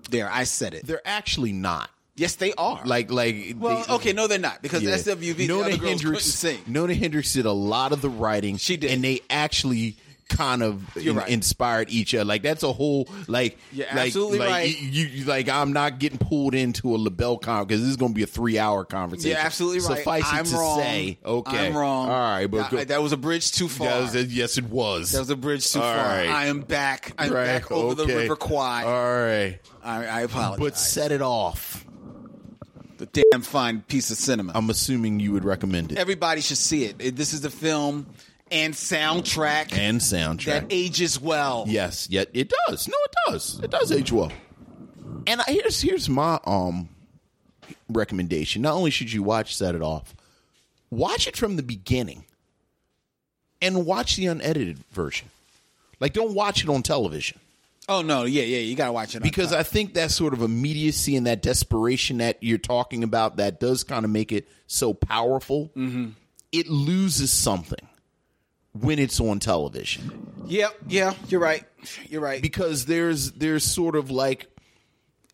[SPEAKER 5] There, I said it.
[SPEAKER 4] They're actually not.
[SPEAKER 5] yes, they are.
[SPEAKER 4] Like, like.
[SPEAKER 5] well,
[SPEAKER 4] they-
[SPEAKER 5] okay, no, they're not because
[SPEAKER 4] Yeah.
[SPEAKER 5] SWV. the other girls
[SPEAKER 4] Hendrix,
[SPEAKER 5] couldn't sing.
[SPEAKER 4] Nona Hendrix did a lot of the writing.
[SPEAKER 5] She did.
[SPEAKER 4] and they actually kind of
[SPEAKER 5] You're
[SPEAKER 4] in-
[SPEAKER 5] right.
[SPEAKER 4] inspired each other. Like that's a whole like
[SPEAKER 5] You're
[SPEAKER 4] like,
[SPEAKER 5] absolutely
[SPEAKER 4] like,
[SPEAKER 5] right.
[SPEAKER 4] You, you- like I'm not getting pulled into a LaBelle con because this is going to be a three hour conversation.
[SPEAKER 5] You're absolutely right.
[SPEAKER 4] Suffice
[SPEAKER 5] I'm
[SPEAKER 4] it to
[SPEAKER 5] wrong.
[SPEAKER 4] say, okay,
[SPEAKER 5] I'm wrong.
[SPEAKER 4] All right, but
[SPEAKER 5] that, that was a bridge too far.
[SPEAKER 4] That was- yes, it was.
[SPEAKER 5] That was a bridge too
[SPEAKER 4] All
[SPEAKER 5] far.
[SPEAKER 4] right.
[SPEAKER 5] I am back. I'm
[SPEAKER 4] Right,
[SPEAKER 5] back over the
[SPEAKER 4] okay.
[SPEAKER 5] River Kwai.
[SPEAKER 4] All right,
[SPEAKER 5] I, I apologize.
[SPEAKER 4] but set it off.
[SPEAKER 5] the damn fine piece of cinema.
[SPEAKER 4] I'm assuming you would recommend it
[SPEAKER 5] Everybody should see it. It- This is the film and soundtrack
[SPEAKER 4] and soundtrack.
[SPEAKER 5] that ages well.
[SPEAKER 4] Yes, yet it does. No, it does. It does age well. And I, here's here's my um recommendation. Not only should you watch Set It Off, watch it from the beginning, and watch the unedited version. Like, don't watch it on television
[SPEAKER 5] Oh no, yeah, yeah, you gotta watch it on
[SPEAKER 4] because
[SPEAKER 5] time.
[SPEAKER 4] I think that sort of immediacy and that desperation that you're talking about that does kind of make it so powerful. It loses something when it's on television.
[SPEAKER 5] yeah, yeah, you're right, you're right.
[SPEAKER 4] because there's there's sort of like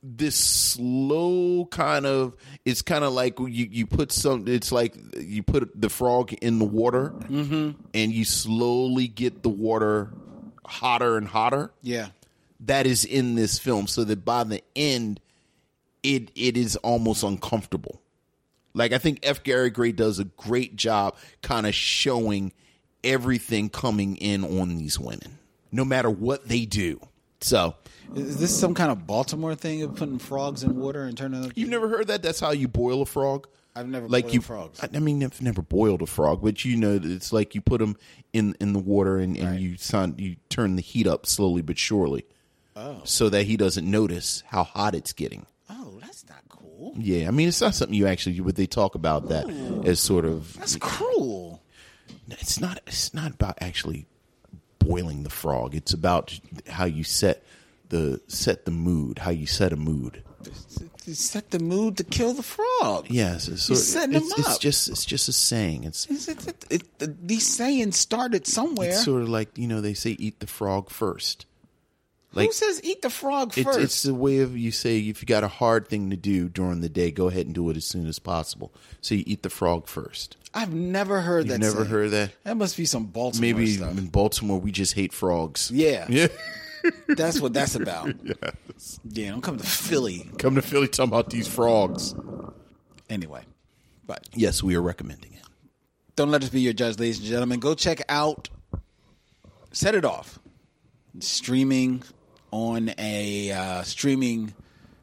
[SPEAKER 4] this slow kind of it's kind of like you you put some it's like you put the frog in the water and you slowly get the water hotter and hotter
[SPEAKER 5] yeah,
[SPEAKER 4] that is in this film so that by the end it it is almost uncomfortable like i think f gary gray does a great job kind of showing everything coming in on these women no matter what they do so
[SPEAKER 5] is this some kind of Baltimore thing of putting frogs in water and turning? Them-
[SPEAKER 4] you've never heard that that's how you boil a frog
[SPEAKER 5] I've never boiled
[SPEAKER 4] you
[SPEAKER 5] frogs.
[SPEAKER 4] I, I mean i've never boiled a frog but you know it's like you put them in in the water and, and you sun you turn the heat up slowly but surely oh. so that he doesn't notice how hot it's getting
[SPEAKER 5] oh, that's not cool.
[SPEAKER 4] Yeah, I mean, it's not something you actually do, but they talk about that
[SPEAKER 5] Oh,
[SPEAKER 4] as sort of.
[SPEAKER 5] That's cruel.
[SPEAKER 4] It's not. It's not about actually boiling the frog. It's about how you set the set the mood, how you set a mood.
[SPEAKER 5] You set the mood to kill the frog.
[SPEAKER 4] Yes, it's
[SPEAKER 5] You're
[SPEAKER 4] sort
[SPEAKER 5] setting
[SPEAKER 4] it's,
[SPEAKER 5] them
[SPEAKER 4] it's
[SPEAKER 5] up.
[SPEAKER 4] just it's just a saying. It's
[SPEAKER 5] Is it- it- it- these sayings started somewhere.
[SPEAKER 4] it's sort of like you know they say eat the frog first.
[SPEAKER 5] Who says eat the frog
[SPEAKER 4] It's,
[SPEAKER 5] first?
[SPEAKER 4] it's a way of you say if you got a hard thing to do during the day, go ahead and do it as soon as possible. So you eat the frog first.
[SPEAKER 5] I've never heard
[SPEAKER 4] You've
[SPEAKER 5] that.
[SPEAKER 4] never
[SPEAKER 5] saying.
[SPEAKER 4] heard that?
[SPEAKER 5] That must be some Baltimore
[SPEAKER 4] Maybe
[SPEAKER 5] stuff.
[SPEAKER 4] in Baltimore we just hate frogs.
[SPEAKER 5] Yeah.
[SPEAKER 4] Yeah.
[SPEAKER 5] That's what that's about. Yeah, don't come to Philly.
[SPEAKER 4] Come to Philly talking about these frogs.
[SPEAKER 5] Anyway, but
[SPEAKER 4] yes, we are recommending it.
[SPEAKER 5] Don't let us be your judge, ladies and gentlemen. Go check out Set It Off. Streaming on a uh, streaming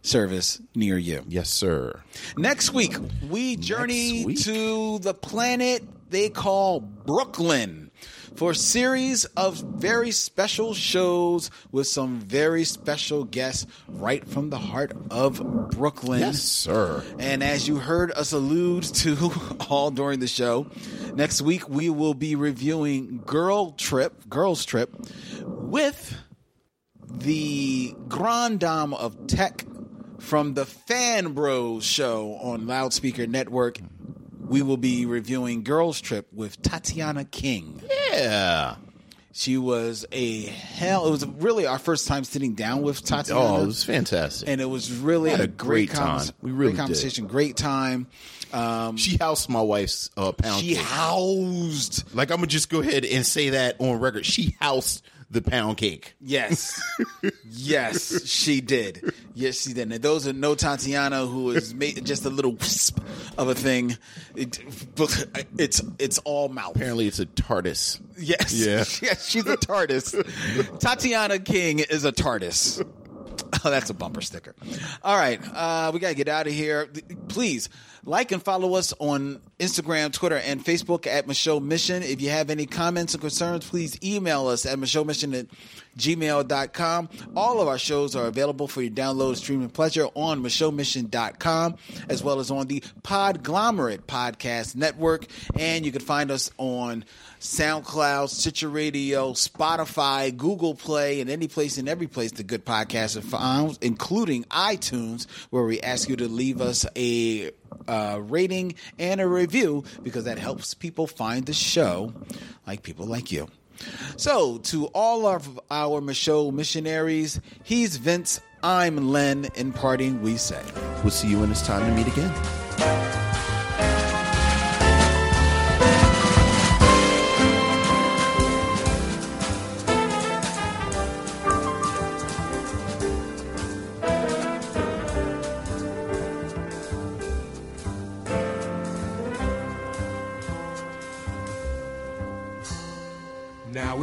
[SPEAKER 5] service near you.
[SPEAKER 4] Yes, sir.
[SPEAKER 5] Next week, we journey
[SPEAKER 4] week.
[SPEAKER 5] to the planet they call Brooklyn for a series of very special shows with some very special guests right from the heart of Brooklyn.
[SPEAKER 4] Yes, sir.
[SPEAKER 5] And as you heard us allude to all during the show, next week we will be reviewing Girl Trip, Girls Trip, with the Grand Dame of Tech from the Fan Bros show on Loudspeaker Network. We will be reviewing Girls Trip with Tatiana King.
[SPEAKER 4] Yeah.
[SPEAKER 5] She was a hell. It was really our first time sitting down with Tatiana.
[SPEAKER 4] Oh, it was fantastic.
[SPEAKER 5] And it was really
[SPEAKER 4] Had
[SPEAKER 5] a,
[SPEAKER 4] a
[SPEAKER 5] great,
[SPEAKER 4] great time.
[SPEAKER 5] convers-
[SPEAKER 4] We really
[SPEAKER 5] great
[SPEAKER 4] did.
[SPEAKER 5] conversation, great time. Um,
[SPEAKER 4] She housed my wife's uh, pound
[SPEAKER 5] she
[SPEAKER 4] cake.
[SPEAKER 5] housed.
[SPEAKER 4] like I'm gonna just go ahead and say that on record. She housed the pound cake.
[SPEAKER 5] Yes, yes, she did. Yes, she did. And those are no Tatiana, who is ma- just a little wisp of a thing. It, it's it's all mouth.
[SPEAKER 4] Apparently, it's a TARDIS.
[SPEAKER 5] Yes.
[SPEAKER 4] Yeah.
[SPEAKER 5] yes, she's a TARDIS. Tatiana King is a TARDIS. Oh, that's a bumper sticker. All right, uh, we got to get out of here. Please like and follow us on Instagram, Twitter, and Facebook at Michelle Mission. If you have any comments or concerns, please email us at Michelle Mission at gmail.com. All of our shows are available for your download, stream, and pleasure on MichelleMission.com, as well as on the Podglomerate Podcast Network. And you can find us on SoundCloud, Stitcher Radio, Spotify, Google Play, and any place and every place the good podcasts are found, including iTunes, where we ask you to leave us a uh, rating and a review because that helps people find the show, like people like you. So, to all of our Michelle missionaries, he's Vince, I'm Len, in parting we say.
[SPEAKER 4] We'll see you when it's time to meet again.
[SPEAKER 13] Now